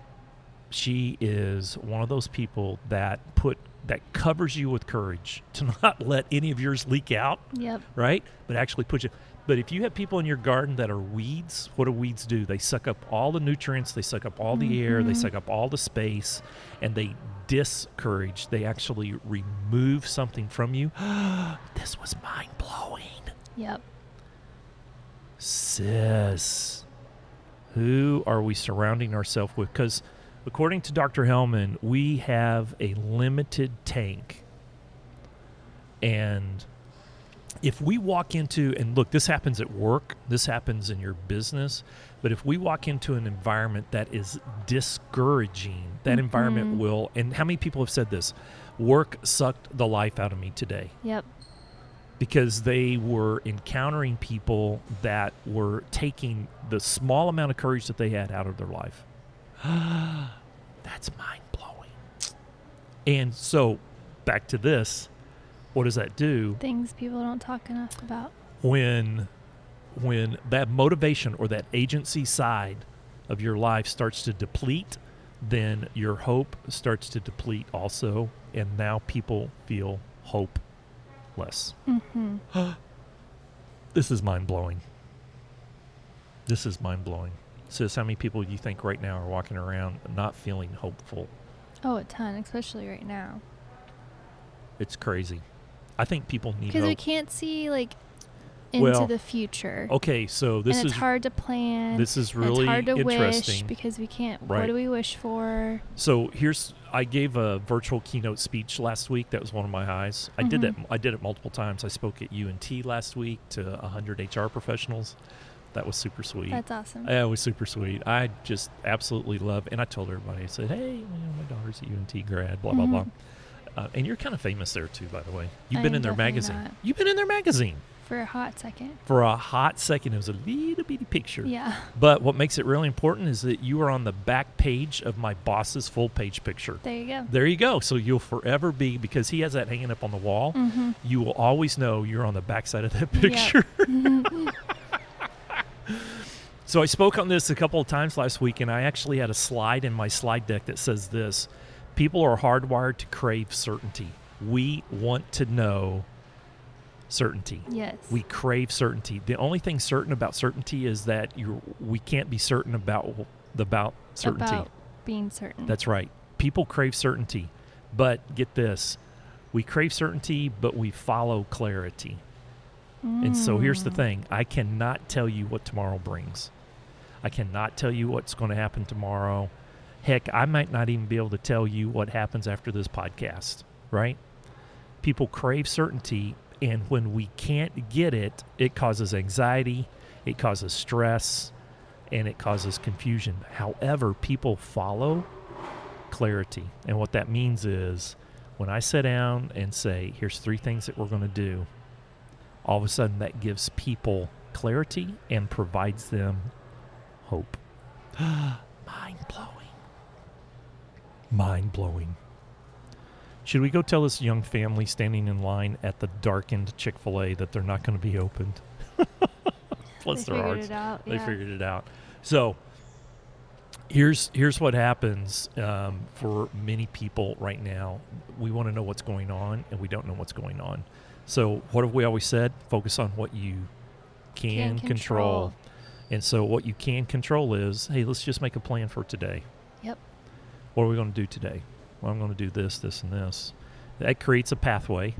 Speaker 1: She is one of those people that put that covers you with courage to not let any of yours leak out,
Speaker 2: Yep.
Speaker 1: right? But actually put you. But if you have people in your garden that are weeds, what do weeds do? They suck up all the nutrients, they suck up all the air, they
Speaker 2: Mhm.
Speaker 1: suck up all the space, and they discourage. They actually remove something from you. this was mind blowing.
Speaker 2: Yep.
Speaker 1: Sis, who are we surrounding ourselves with? Because according to Dr. Hellman, we have a limited tank. And if we walk into, and look, this happens at work, this happens in your business, but if we walk into an environment that is discouraging, that environment
Speaker 2: Mhm.
Speaker 1: will, and how many people have said this? Work sucked the life out of me today
Speaker 2: Yep.
Speaker 1: because they were encountering people that were taking the small amount of courage that they had out of their life. That's mind blowing. And so, back to this, what does that do
Speaker 2: Things people don't talk enough about.
Speaker 1: when when that motivation or that agency side of your life starts to deplete, then your hope starts to deplete also, and now people feel hopeless.
Speaker 2: Mm-hmm.
Speaker 1: This is mind blowing. This is mind blowing. Sis, how many people do you think right now are walking around not feeling hopeful?
Speaker 2: Oh, a ton, especially right now,
Speaker 1: It's crazy. I think people need
Speaker 2: because we
Speaker 1: hope.
Speaker 2: can't see like into
Speaker 1: Well,
Speaker 2: the future,
Speaker 1: Okay, so this
Speaker 2: and it's
Speaker 1: is
Speaker 2: hard to plan.
Speaker 1: this is
Speaker 2: and
Speaker 1: really
Speaker 2: it's hard to wish
Speaker 1: interesting.
Speaker 2: because we can't.
Speaker 1: Right.
Speaker 2: What do we wish for?
Speaker 1: so here's I gave a virtual keynote speech last week. That was one of my highs. I did that.
Speaker 2: Mhm.
Speaker 1: I did it multiple times. I spoke at UNT last week to 100 HR professionals. That was super sweet.
Speaker 2: That's awesome.
Speaker 1: Yeah, it was super sweet. I just absolutely love, and I told everybody, I said, "Hey, you know, my daughter's a UNT grad, blah blah
Speaker 2: Mhm.
Speaker 1: blah," uh, and you're kind of famous there too, by the way. You've
Speaker 2: I
Speaker 1: been
Speaker 2: am
Speaker 1: in their
Speaker 2: definitely
Speaker 1: magazine.
Speaker 2: not.
Speaker 1: You've been in their magazine
Speaker 2: For a hot second.
Speaker 1: for a hot second. It was a little bitty picture,
Speaker 2: Yeah.
Speaker 1: but what makes it really important is that you are on the back page of my boss's full page picture.
Speaker 2: There you go.
Speaker 1: There you go. So you'll forever be because he has that hanging up on the wall.
Speaker 2: Mm-hmm.
Speaker 1: You will always know you're on the backside of that
Speaker 2: Yep.
Speaker 1: picture. So I spoke on this a couple of times last week, and I actually had a slide in my slide deck that says this People are hardwired to crave certainty. We want to know certainty.
Speaker 2: yes.
Speaker 1: We crave certainty. The only thing certain about certainty is that you we can't be certain about about certainty.
Speaker 2: about being certain.
Speaker 1: That's right. People crave certainty. But get this We crave certainty, but we follow clarity. And so here's the
Speaker 2: Mm.
Speaker 1: thing I cannot tell you what tomorrow brings. I cannot tell you what's going to happen tomorrow. Heck, I might not even be able to tell you what happens after this podcast, right? People crave certainty. And when we can't get it, it causes anxiety, it causes stress, and it causes confusion. However, people follow clarity. And what that means is when I sit down and say, here's three things that we're going to do, all of a sudden that gives people clarity and provides them hope. Mind blowing. Mind blowing. Should we go tell this young family standing in line at the darkened Chick fil A that they're not going to be opened? Plus,
Speaker 2: they
Speaker 1: their
Speaker 2: figured
Speaker 1: hearts.
Speaker 2: it out.
Speaker 1: They
Speaker 2: yeah.
Speaker 1: figured it out. So here's here's what happens um, for many people right now. We want to know what's going on, and we don't know what's going on. So what have we always said? Focus on what you can, control.
Speaker 2: Can control.
Speaker 1: And so what you can control is, hey, let's just make a plan for today.
Speaker 2: Yep.
Speaker 1: What are we going to do today? Well, I'm going to do this, this, and this. That creates a pathway,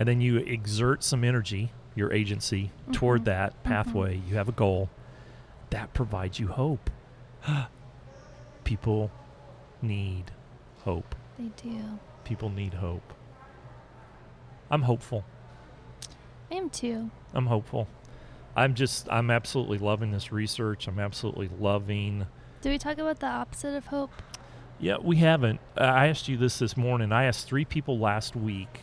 Speaker 1: and then you exert some energy, your agency, toward
Speaker 2: Mhm.
Speaker 1: that pathway. You have a goal that provides you hope. People need hope.
Speaker 2: They do.
Speaker 1: People need hope. I'm hopeful.
Speaker 2: I am too.
Speaker 1: I'm hopeful. I'm just, I'm absolutely loving this research. I'm absolutely loving.
Speaker 2: Did we talk about the opposite of hope?
Speaker 1: Yeah, we haven't. Uh, I asked you this this morning. I asked three people last week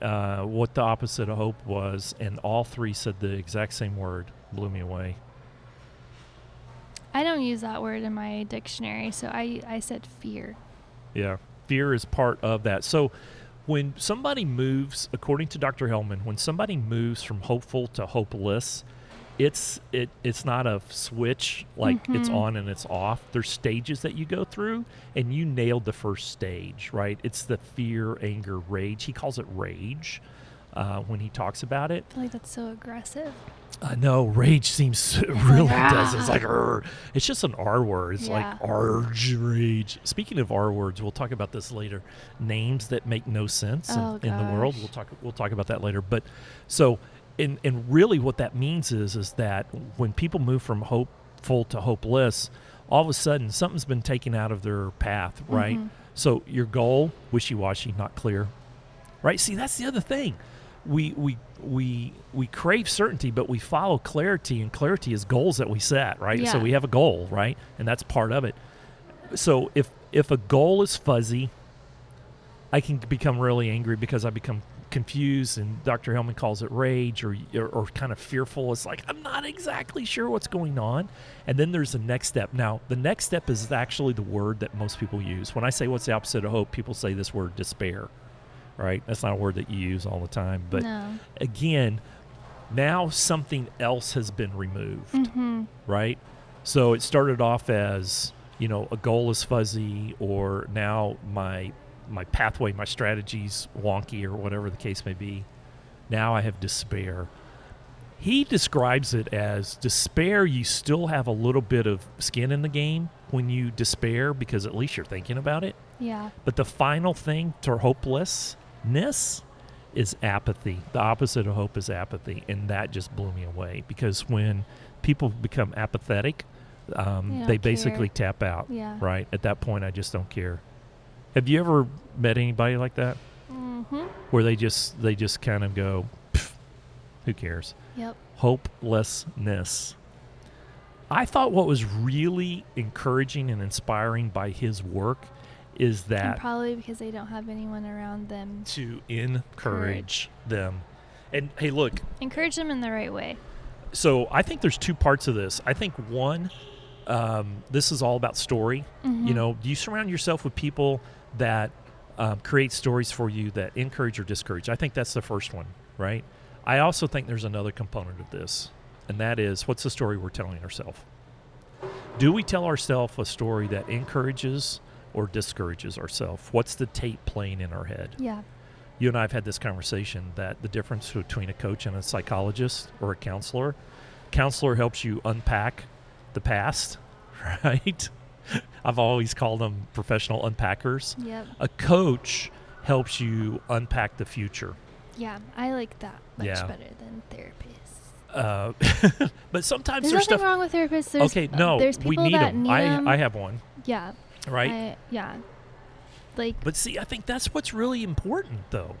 Speaker 1: uh, what the opposite of hope was, and all three said the exact same word. Blew me away.
Speaker 2: I don't use that word in my dictionary, so I, I said fear.
Speaker 1: Yeah. Fear is part of that. So when somebody moves, according to Dr. Hellman, when somebody moves from hopeful to hopeless, it's it it's not a switch like it's
Speaker 2: Mhm.
Speaker 1: on and it's off. There's stages that you go through and you nailed the first stage, right? It's the fear, anger, rage. He calls it rage uh, when he talks about it.
Speaker 2: I feel like that's so aggressive.
Speaker 1: I know rage seems it really
Speaker 2: like,
Speaker 1: does. It's
Speaker 2: "Ah."
Speaker 1: like "Arr." it's just an R word. It's
Speaker 2: Yeah.
Speaker 1: like arge rage. Speaking of R words, we'll talk about this later. Names that make no sense in-
Speaker 2: Oh,
Speaker 1: in, the world.
Speaker 2: gosh.
Speaker 1: We'll talk we'll talk about that later. But so and and really what that means is is that when people move from hopeful to hopeless, all of a sudden something's been taken out of their path, right?
Speaker 2: Mhm.
Speaker 1: So your goal, wishy washy, not clear, right? See, that's the other thing. We we we we crave certainty, but we follow clarity, and clarity is goals that we set, right? So
Speaker 2: Yeah.
Speaker 1: we have a goal, right, and that's part of it. So if if a goal is fuzzy, I can become really angry because I become confused, and Dr. Hellman calls it rage or, or or kind of fearful. It's like I'm not exactly sure what's going on, and then there's the next step. Now, the next step is actually the word that most people use. When I say what's the opposite of hope, people say this word despair. Right? That's not a word that you use all the time, but
Speaker 2: no.
Speaker 1: again, now something else has been removed
Speaker 2: Mm-hmm.
Speaker 1: right? So it started off as you know a goal is fuzzy, or now my my pathway, my strategies wonky, or whatever the case may be. Now I have despair. He describes it as despair. You still have a little bit of skin in the game when you despair because at least you're thinking about it.
Speaker 2: Yeah.
Speaker 1: But the final thing to hopelessness is apathy. The opposite of hope is apathy. And that just blew me away because when people become apathetic,
Speaker 2: They
Speaker 1: um,
Speaker 2: don't
Speaker 1: they basically tap out.
Speaker 2: Yeah.
Speaker 1: Right. At that point, I just don't care. Have you ever met anybody like that
Speaker 2: Mm-hmm.
Speaker 1: where they just they just kind of go, "Pff, who cares?
Speaker 2: Yep.
Speaker 1: hopelessness. I thought what was really encouraging and inspiring by his work is
Speaker 2: And
Speaker 1: that
Speaker 2: probably because they don't have anyone around them.
Speaker 1: to encourage them. And hey, look,
Speaker 2: Encourage them in the right way.
Speaker 1: so I think there's two parts of this. I think one, um, this is all about story. You
Speaker 2: Mhm.
Speaker 1: know, you surround yourself with people that um, create stories for you that encourage or discourage. I think that's the first one, right? I also think there's another component of this, and that is what's the story we're telling ourselves? Do we tell ourselves a story that encourages or discourages ourselves? What's the tape playing in our head?
Speaker 2: Yeah.
Speaker 1: you and I have had this conversation that the difference between a coach and a psychologist or a counselor, counselor helps you unpack the past, right? I've always called them professional unpackers.
Speaker 2: Yep.
Speaker 1: A coach helps you unpack the future.
Speaker 2: Yeah, I like that much
Speaker 1: Yeah.
Speaker 2: better than therapists.
Speaker 1: Uh, but sometimes
Speaker 2: There's
Speaker 1: there's
Speaker 2: nothing
Speaker 1: stuff.
Speaker 2: wrong with therapists. There's,
Speaker 1: okay,
Speaker 2: uh,
Speaker 1: no,
Speaker 2: there's
Speaker 1: we
Speaker 2: people
Speaker 1: need
Speaker 2: that
Speaker 1: them.
Speaker 2: Need them.
Speaker 1: I I have one,
Speaker 2: yeah,
Speaker 1: right?
Speaker 2: I, yeah, like
Speaker 1: But see, I think that's what's really important, though.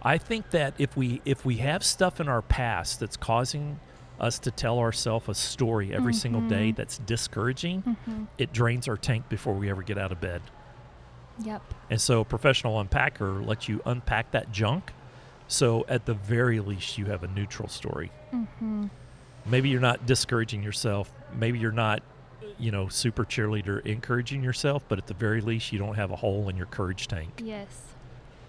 Speaker 1: I think that if we if we have stuff in our past that's causing us to tell ourselves a story every single day
Speaker 2: Mhm.
Speaker 1: that's discouraging,
Speaker 2: mhm,
Speaker 1: it drains our tank before we ever get out of bed.
Speaker 2: yep,
Speaker 1: And so, a professional unpacker lets you unpack that junk. So, at the very least, you have a neutral story.
Speaker 2: hmm
Speaker 1: Maybe you're not discouraging yourself. Maybe you're not, you know, super cheerleader encouraging yourself. But at the very least, you don't have a hole in your courage tank
Speaker 2: yes,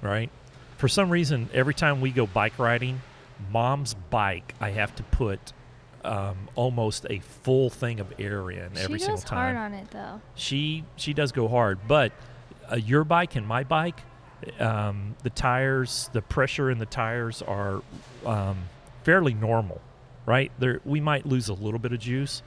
Speaker 1: right? For some reason, every time we go bike riding, mom's bike, I have to put um, almost a full thing of air in
Speaker 2: she
Speaker 1: every
Speaker 2: goes
Speaker 1: single time.
Speaker 2: hard on it though.
Speaker 1: she she does go hard, but uh, your bike and my bike, um, the tires, the pressure in the tires are um, fairly normal, right? There we might lose a little bit of juice.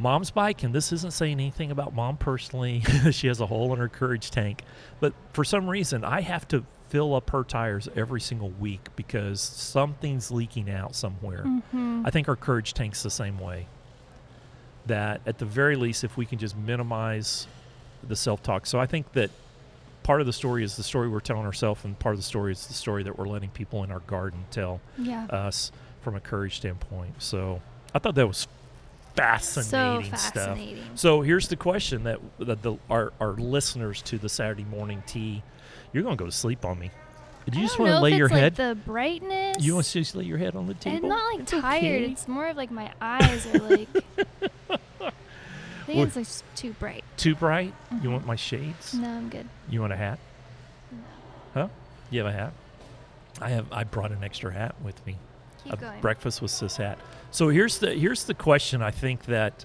Speaker 1: Mom's bike, and this isn't saying anything about mom personally. she has a hole in her courage tank, but for some reason, I have to fill up her tires every single week because something's leaking out somewhere.
Speaker 2: hmm
Speaker 1: I think our courage tank's the same way. That at the very least, if we can just minimize the self talk. So I think that part of the story is the story we're telling ourselves, and part of the story is the story that we're letting people in our garden tell
Speaker 2: yeah,
Speaker 1: us from a courage standpoint. So I thought that was fascinating
Speaker 2: so
Speaker 1: stuff.
Speaker 2: fascinating.
Speaker 1: So here's the question that, that the, our, our listeners to the Saturday morning tea, you're going to go to sleep on me. Do you
Speaker 2: I
Speaker 1: just
Speaker 2: don't
Speaker 1: want to
Speaker 2: know
Speaker 1: lay
Speaker 2: if
Speaker 1: your
Speaker 2: it's, like,
Speaker 1: head?
Speaker 2: the brightness.
Speaker 1: you want to just lay your head on the table?
Speaker 2: I'm not like
Speaker 1: It's
Speaker 2: tired.
Speaker 1: okay.
Speaker 2: It's more of like my eyes are like. I think
Speaker 1: Well-
Speaker 2: it's like s- too bright.
Speaker 1: Too bright? You
Speaker 2: Mhm.
Speaker 1: want my shades?
Speaker 2: No, I'm good.
Speaker 1: You want a hat?
Speaker 2: No.
Speaker 1: Huh? You have a hat? I have. I brought an extra hat with me.
Speaker 2: Keep
Speaker 1: a
Speaker 2: going.
Speaker 1: breakfast with sis hat. So here's the here's the question. I think that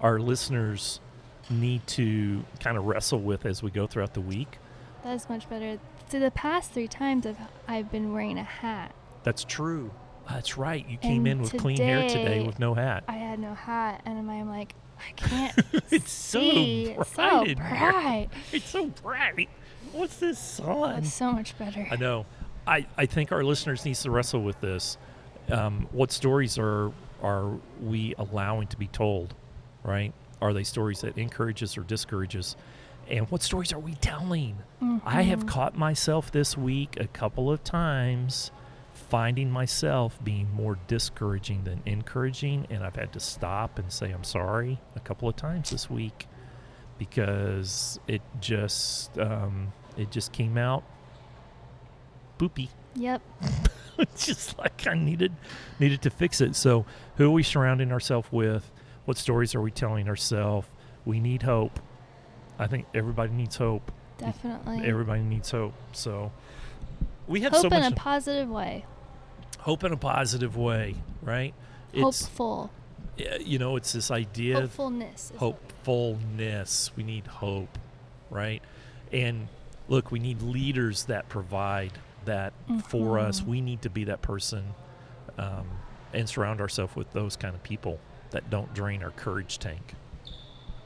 Speaker 1: our listeners need to kind of wrestle with as we go throughout the week.
Speaker 2: That is much better. So the past three times I've I've been wearing a hat.
Speaker 1: That's true. That's right. You came
Speaker 2: And
Speaker 1: in with clean hair today
Speaker 2: today-
Speaker 1: with no hat.
Speaker 2: I had no hat, and I'm like, I can't
Speaker 1: It's so
Speaker 2: see. It's
Speaker 1: bright
Speaker 2: so
Speaker 1: in here.
Speaker 2: bright.
Speaker 1: It's so bright. What's this sun?
Speaker 2: That's so much better.
Speaker 1: I know. I, I think our listeners needs to wrestle with this. Um, what stories are are we allowing to be told, right? Are they stories that encourage us or discourage us? And what stories are we telling? I have caught myself this week a couple of times finding myself being more discouraging than encouraging, and I've had to stop and say I'm sorry a couple of times this week because it just um, it just came out boopy.
Speaker 2: Yep.
Speaker 1: It's just like I needed needed to fix it. So who are we surrounding ourselves with? What stories are we telling ourselves? We need hope. I think everybody needs hope.
Speaker 2: Definitely.
Speaker 1: Everybody needs hope. So we have
Speaker 2: Hope
Speaker 1: so
Speaker 2: in a
Speaker 1: much
Speaker 2: positive way.
Speaker 1: hope in a positive way, right? It's
Speaker 2: Hopeful.
Speaker 1: uh, you know, it's this idea of
Speaker 2: Hopefulness. is what-
Speaker 1: hopefulness. We need hope, right? And look, we need leaders that provide that for us.
Speaker 2: Mhm.
Speaker 1: We need to be that person um, and surround ourselves with those kind of people that don't drain our courage tank.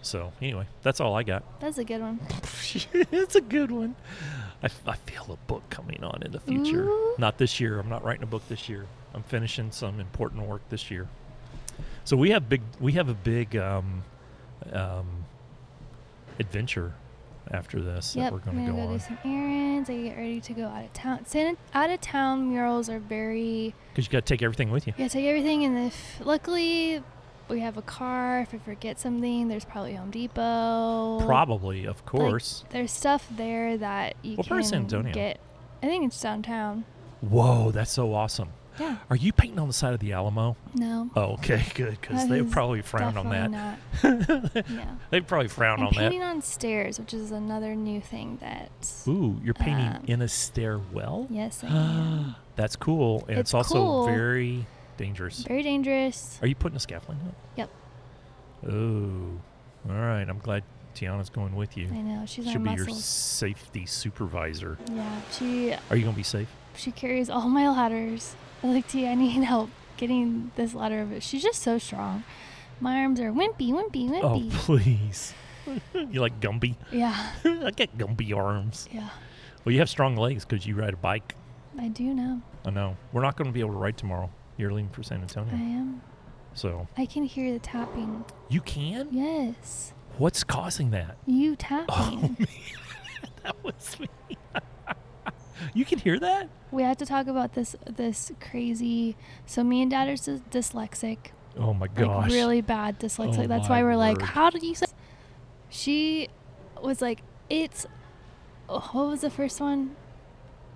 Speaker 1: So, anyway, that's all I got.
Speaker 2: That's a good one.
Speaker 1: it's a good one. I, I feel a book coming on in the future.
Speaker 2: Ooh.
Speaker 1: Not this year. I'm not writing a book this year. I'm finishing some important work this year. So we have big. We have a big um, um, adventure after this that
Speaker 2: Yep.
Speaker 1: we're going
Speaker 2: I'm
Speaker 1: to
Speaker 2: gonna
Speaker 1: go
Speaker 2: go, do
Speaker 1: on
Speaker 2: some errands. I get ready to go out of town. San- out of town murals are very.
Speaker 1: because you got to take everything with you.
Speaker 2: You gotta take everything, and if luckily we have a car, if I forget something, there's probably Home Depot.
Speaker 1: Probably, of course.
Speaker 2: There's stuff there that you
Speaker 1: What
Speaker 2: can
Speaker 1: part of San Antonio?
Speaker 2: get. I think it's downtown.
Speaker 1: Whoa, that's so awesome.
Speaker 2: Yeah.
Speaker 1: Are you painting on the side of the Alamo?
Speaker 2: No.
Speaker 1: Oh, okay, good because
Speaker 2: That
Speaker 1: they
Speaker 2: is
Speaker 1: probably frown on that.
Speaker 2: Definitely not. No.
Speaker 1: They probably frown
Speaker 2: I'm
Speaker 1: on that.
Speaker 2: painting on stairs, which is another new thing that.
Speaker 1: Ooh, you're painting
Speaker 2: Um,
Speaker 1: in a stairwell?
Speaker 2: Yes, I am.
Speaker 1: That's cool. And it's,
Speaker 2: It's
Speaker 1: also
Speaker 2: cool.
Speaker 1: very dangerous.
Speaker 2: Very dangerous.
Speaker 1: Are you putting a scaffolding up?
Speaker 2: Yep.
Speaker 1: Oh. All right. I'm glad Tiana's going with you.
Speaker 2: I know. She's
Speaker 1: She'll
Speaker 2: my
Speaker 1: be your
Speaker 2: muscles.
Speaker 1: safety supervisor.
Speaker 2: yeah. She
Speaker 1: Are you going to be safe?
Speaker 2: She carries all my ladders. I like, T, I need help getting this ladder over. She's just so strong. My arms are wimpy, wimpy,
Speaker 1: Oh,
Speaker 2: wimpy.
Speaker 1: please. you like Gumby?
Speaker 2: Yeah,
Speaker 1: I got Gumby arms.
Speaker 2: yeah.
Speaker 1: Well, you have strong legs because you ride a bike.
Speaker 2: I do know.
Speaker 1: I know. We're not going to be able to ride tomorrow. You're leaving for San Antonio.
Speaker 2: I am.
Speaker 1: So
Speaker 2: I can hear the tapping.
Speaker 1: you can?
Speaker 2: Yes.
Speaker 1: What's causing that?
Speaker 2: You
Speaker 1: Oh,
Speaker 2: tapping.
Speaker 1: man. that was me. you can hear that?
Speaker 2: We have to talk about this this crazy. So me and dad are s- dyslexic.
Speaker 1: Oh, my gosh.
Speaker 2: Like really bad dyslexic.
Speaker 1: Oh
Speaker 2: That's
Speaker 1: my
Speaker 2: why we're like,
Speaker 1: word.
Speaker 2: how did you say? She was like, it's. oh, What was the first one?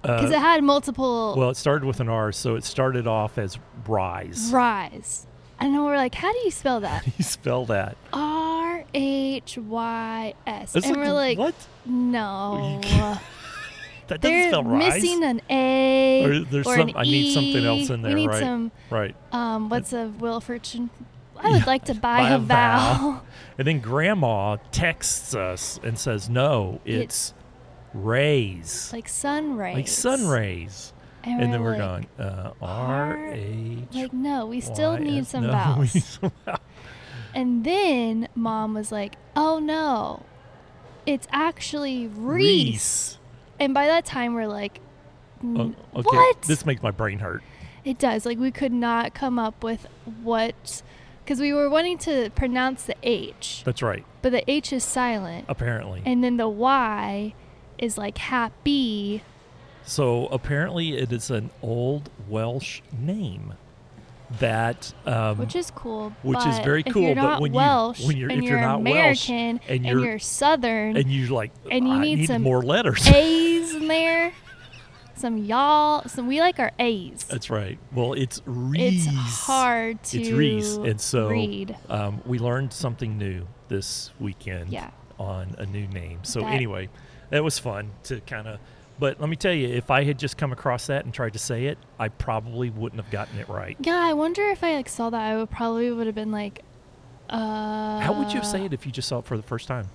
Speaker 2: Because
Speaker 1: Uh,
Speaker 2: it had multiple
Speaker 1: well, it started with an R, so it started off as rise.
Speaker 2: rise. And then we're like, how do you spell that?
Speaker 1: You spell that.
Speaker 2: R H Y S.
Speaker 1: It's
Speaker 2: And we're like,
Speaker 1: what?
Speaker 2: no.
Speaker 1: can't- That doesn't
Speaker 2: They're
Speaker 1: spell rise.
Speaker 2: missing an A.
Speaker 1: Or there's
Speaker 2: or
Speaker 1: some-
Speaker 2: an
Speaker 1: I need something else
Speaker 2: E.
Speaker 1: in
Speaker 2: We
Speaker 1: there,
Speaker 2: need
Speaker 1: right.
Speaker 2: some.
Speaker 1: right.
Speaker 2: Um, what's a Will Fortune? I would
Speaker 1: Yeah,
Speaker 2: like to buy, a, vowel.
Speaker 1: And then grandma texts us and says, no, it's,
Speaker 2: It's-
Speaker 1: rays.
Speaker 2: like sun rays.
Speaker 1: Like sun rays.
Speaker 2: And,
Speaker 1: And, then we're
Speaker 2: like,
Speaker 1: going, uh, R H.
Speaker 2: Like, no, we still
Speaker 1: Y
Speaker 2: need
Speaker 1: S-
Speaker 2: some
Speaker 1: no, we need
Speaker 2: vowels.
Speaker 1: some vowels.
Speaker 2: and then mom was like, oh no, it's actually Reese.
Speaker 1: Reese.
Speaker 2: And by that time, we're like,
Speaker 1: Oh,
Speaker 2: "N-
Speaker 1: okay.
Speaker 2: what?
Speaker 1: This makes my brain hurt.
Speaker 2: it does. Like, we could not come up with what, because we were wanting to pronounce the H,
Speaker 1: That's right.
Speaker 2: but the H is silent.
Speaker 1: Apparently.
Speaker 2: And then the Y is like happy.
Speaker 1: So apparently, it is an old Welsh name that um,
Speaker 2: which is cool.
Speaker 1: which is
Speaker 2: but
Speaker 1: very
Speaker 2: If
Speaker 1: cool,
Speaker 2: you're
Speaker 1: but
Speaker 2: not
Speaker 1: when you-
Speaker 2: Welsh
Speaker 1: when you're-
Speaker 2: and
Speaker 1: if you're not Welsh
Speaker 2: American
Speaker 1: and you're-
Speaker 2: Southern,
Speaker 1: and you like
Speaker 2: and you
Speaker 1: I
Speaker 2: need some
Speaker 1: more letters.
Speaker 2: A's in there, some y'all, some we like our A's.
Speaker 1: That's right. Well, it's Reese.
Speaker 2: It's hard to
Speaker 1: It's Reese, and so
Speaker 2: read.
Speaker 1: Um, we learned something new this weekend
Speaker 2: Yeah.
Speaker 1: on a new name. So
Speaker 2: That-
Speaker 1: anyway, that was fun to kind of. But let me tell you, if I had just come across that and tried to say it, I probably wouldn't have gotten it right.
Speaker 2: Yeah, I wonder if I like saw that, I would probably would have been like, uh.
Speaker 1: How would you have said it if you just saw it for the first time?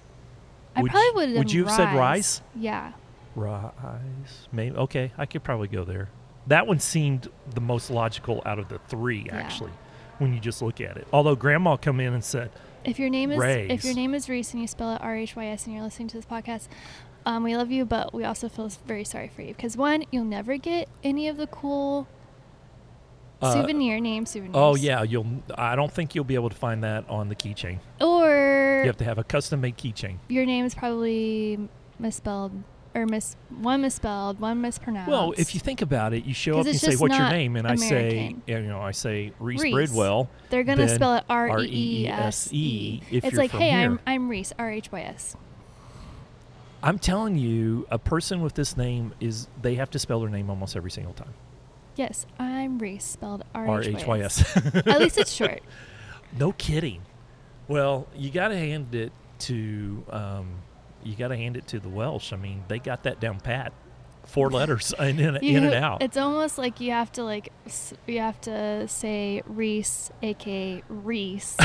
Speaker 2: I
Speaker 1: Would you-
Speaker 2: probably would have.
Speaker 1: would you have said rise?
Speaker 2: Yeah,
Speaker 1: Rise, maybe. Okay, I could probably go there. That one seemed the most logical out of the three,
Speaker 2: Yeah.
Speaker 1: actually, when you just look at it. Although Grandma come in and said,
Speaker 2: if your name is if your
Speaker 1: Rays.
Speaker 2: name is Reese and you spell it R H Y S and you're listening to this podcast, um, we love you, but we also feel very sorry for you because one, you'll never get any of the cool
Speaker 1: Uh,
Speaker 2: souvenir name souvenirs.
Speaker 1: "Oh yeah, you'll." I don't think you'll be able to find that on the keychain.
Speaker 2: Or
Speaker 1: You have to have a custom-made keychain.
Speaker 2: your name is probably misspelled or mis one misspelled, one mispronounced.
Speaker 1: Well, if you think about it, you show
Speaker 2: 'Cause
Speaker 1: up and
Speaker 2: it's
Speaker 1: say,
Speaker 2: just
Speaker 1: "What's your
Speaker 2: not
Speaker 1: name?" and
Speaker 2: American.
Speaker 1: I say, you know, I say Reese,
Speaker 2: Reese.
Speaker 1: Bridwell.
Speaker 2: they're gonna
Speaker 1: then
Speaker 2: spell it R E E S
Speaker 1: R-E-E-S-E,
Speaker 2: E,
Speaker 1: if
Speaker 2: it's
Speaker 1: you're
Speaker 2: like,
Speaker 1: from
Speaker 2: hey,
Speaker 1: here.
Speaker 2: I'm I'm Reese R H Y S.
Speaker 1: I'm telling you, a person with this name is they have to spell their name almost every single time.
Speaker 2: Yes, I'm Reese spelled
Speaker 1: R
Speaker 2: R
Speaker 1: H Y S.
Speaker 2: At least it's short.
Speaker 1: No kidding. Well, you got to hand it to um, you got to hand it to the Welsh. I mean, they got that down pat. Four letters in, in,
Speaker 2: You
Speaker 1: in and
Speaker 2: know,
Speaker 1: out.
Speaker 2: It's almost like you have to like s- you have to say Reese, aka Reese,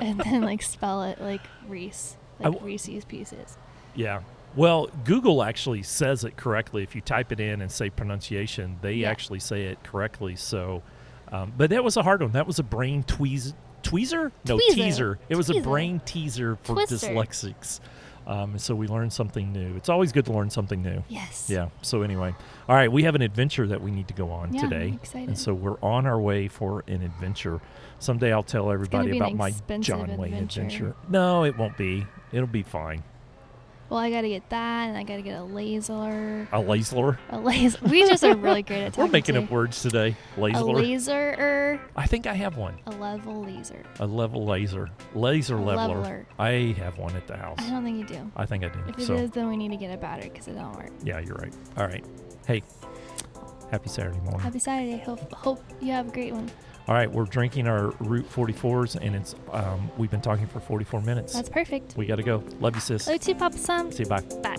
Speaker 2: and then like spell it like Reese, like
Speaker 1: w-
Speaker 2: Reese's Pieces.
Speaker 1: Yeah. Well, Google actually says it correctly. If you type it in and say pronunciation, they
Speaker 2: Yeah.
Speaker 1: actually say it correctly. So, um, but that was a hard one. That was a brain tweez, tweezer? No,
Speaker 2: Tweezer.
Speaker 1: teaser. It was a
Speaker 2: Tweezer.
Speaker 1: brain teaser for
Speaker 2: Twister.
Speaker 1: dyslexics. Um, and so we learned something new. It's always good to learn something new.
Speaker 2: Yes.
Speaker 1: Yeah. So anyway, all right, we have an adventure that we need to go on
Speaker 2: Yeah, I'm
Speaker 1: today, and
Speaker 2: excited.
Speaker 1: so we're on our way for an adventure. Someday I'll tell everybody
Speaker 2: be an
Speaker 1: about my
Speaker 2: expensive
Speaker 1: John Wayne
Speaker 2: adventure.
Speaker 1: adventure. No, it won't be. It'll be fine.
Speaker 2: Well, I gotta get that, and I gotta get a laser.
Speaker 1: A laser.
Speaker 2: A laser. We just are really great at
Speaker 1: Oh. We're
Speaker 2: talking
Speaker 1: making
Speaker 2: to
Speaker 1: up words today.
Speaker 2: A
Speaker 1: Laser.
Speaker 2: laser,
Speaker 1: I think I have one.
Speaker 2: a level laser.
Speaker 1: A level laser. Laser
Speaker 2: A
Speaker 1: leveler.
Speaker 2: leveler.
Speaker 1: I have one at the house.
Speaker 2: I don't think you do.
Speaker 1: I think I do.
Speaker 2: If it is,
Speaker 1: so
Speaker 2: then we need to get a battery because it don't work.
Speaker 1: yeah, you're right. All right. Hey, happy Saturday morning.
Speaker 2: Happy Saturday. Hope hope you have a great one.
Speaker 1: All right, we're drinking our Route 44s, and it's um, we've been talking for 44 minutes.
Speaker 2: That's perfect.
Speaker 1: We got to go. Love you, sis.
Speaker 2: Oh, two pop some.
Speaker 1: See you. Bye.
Speaker 2: Bye.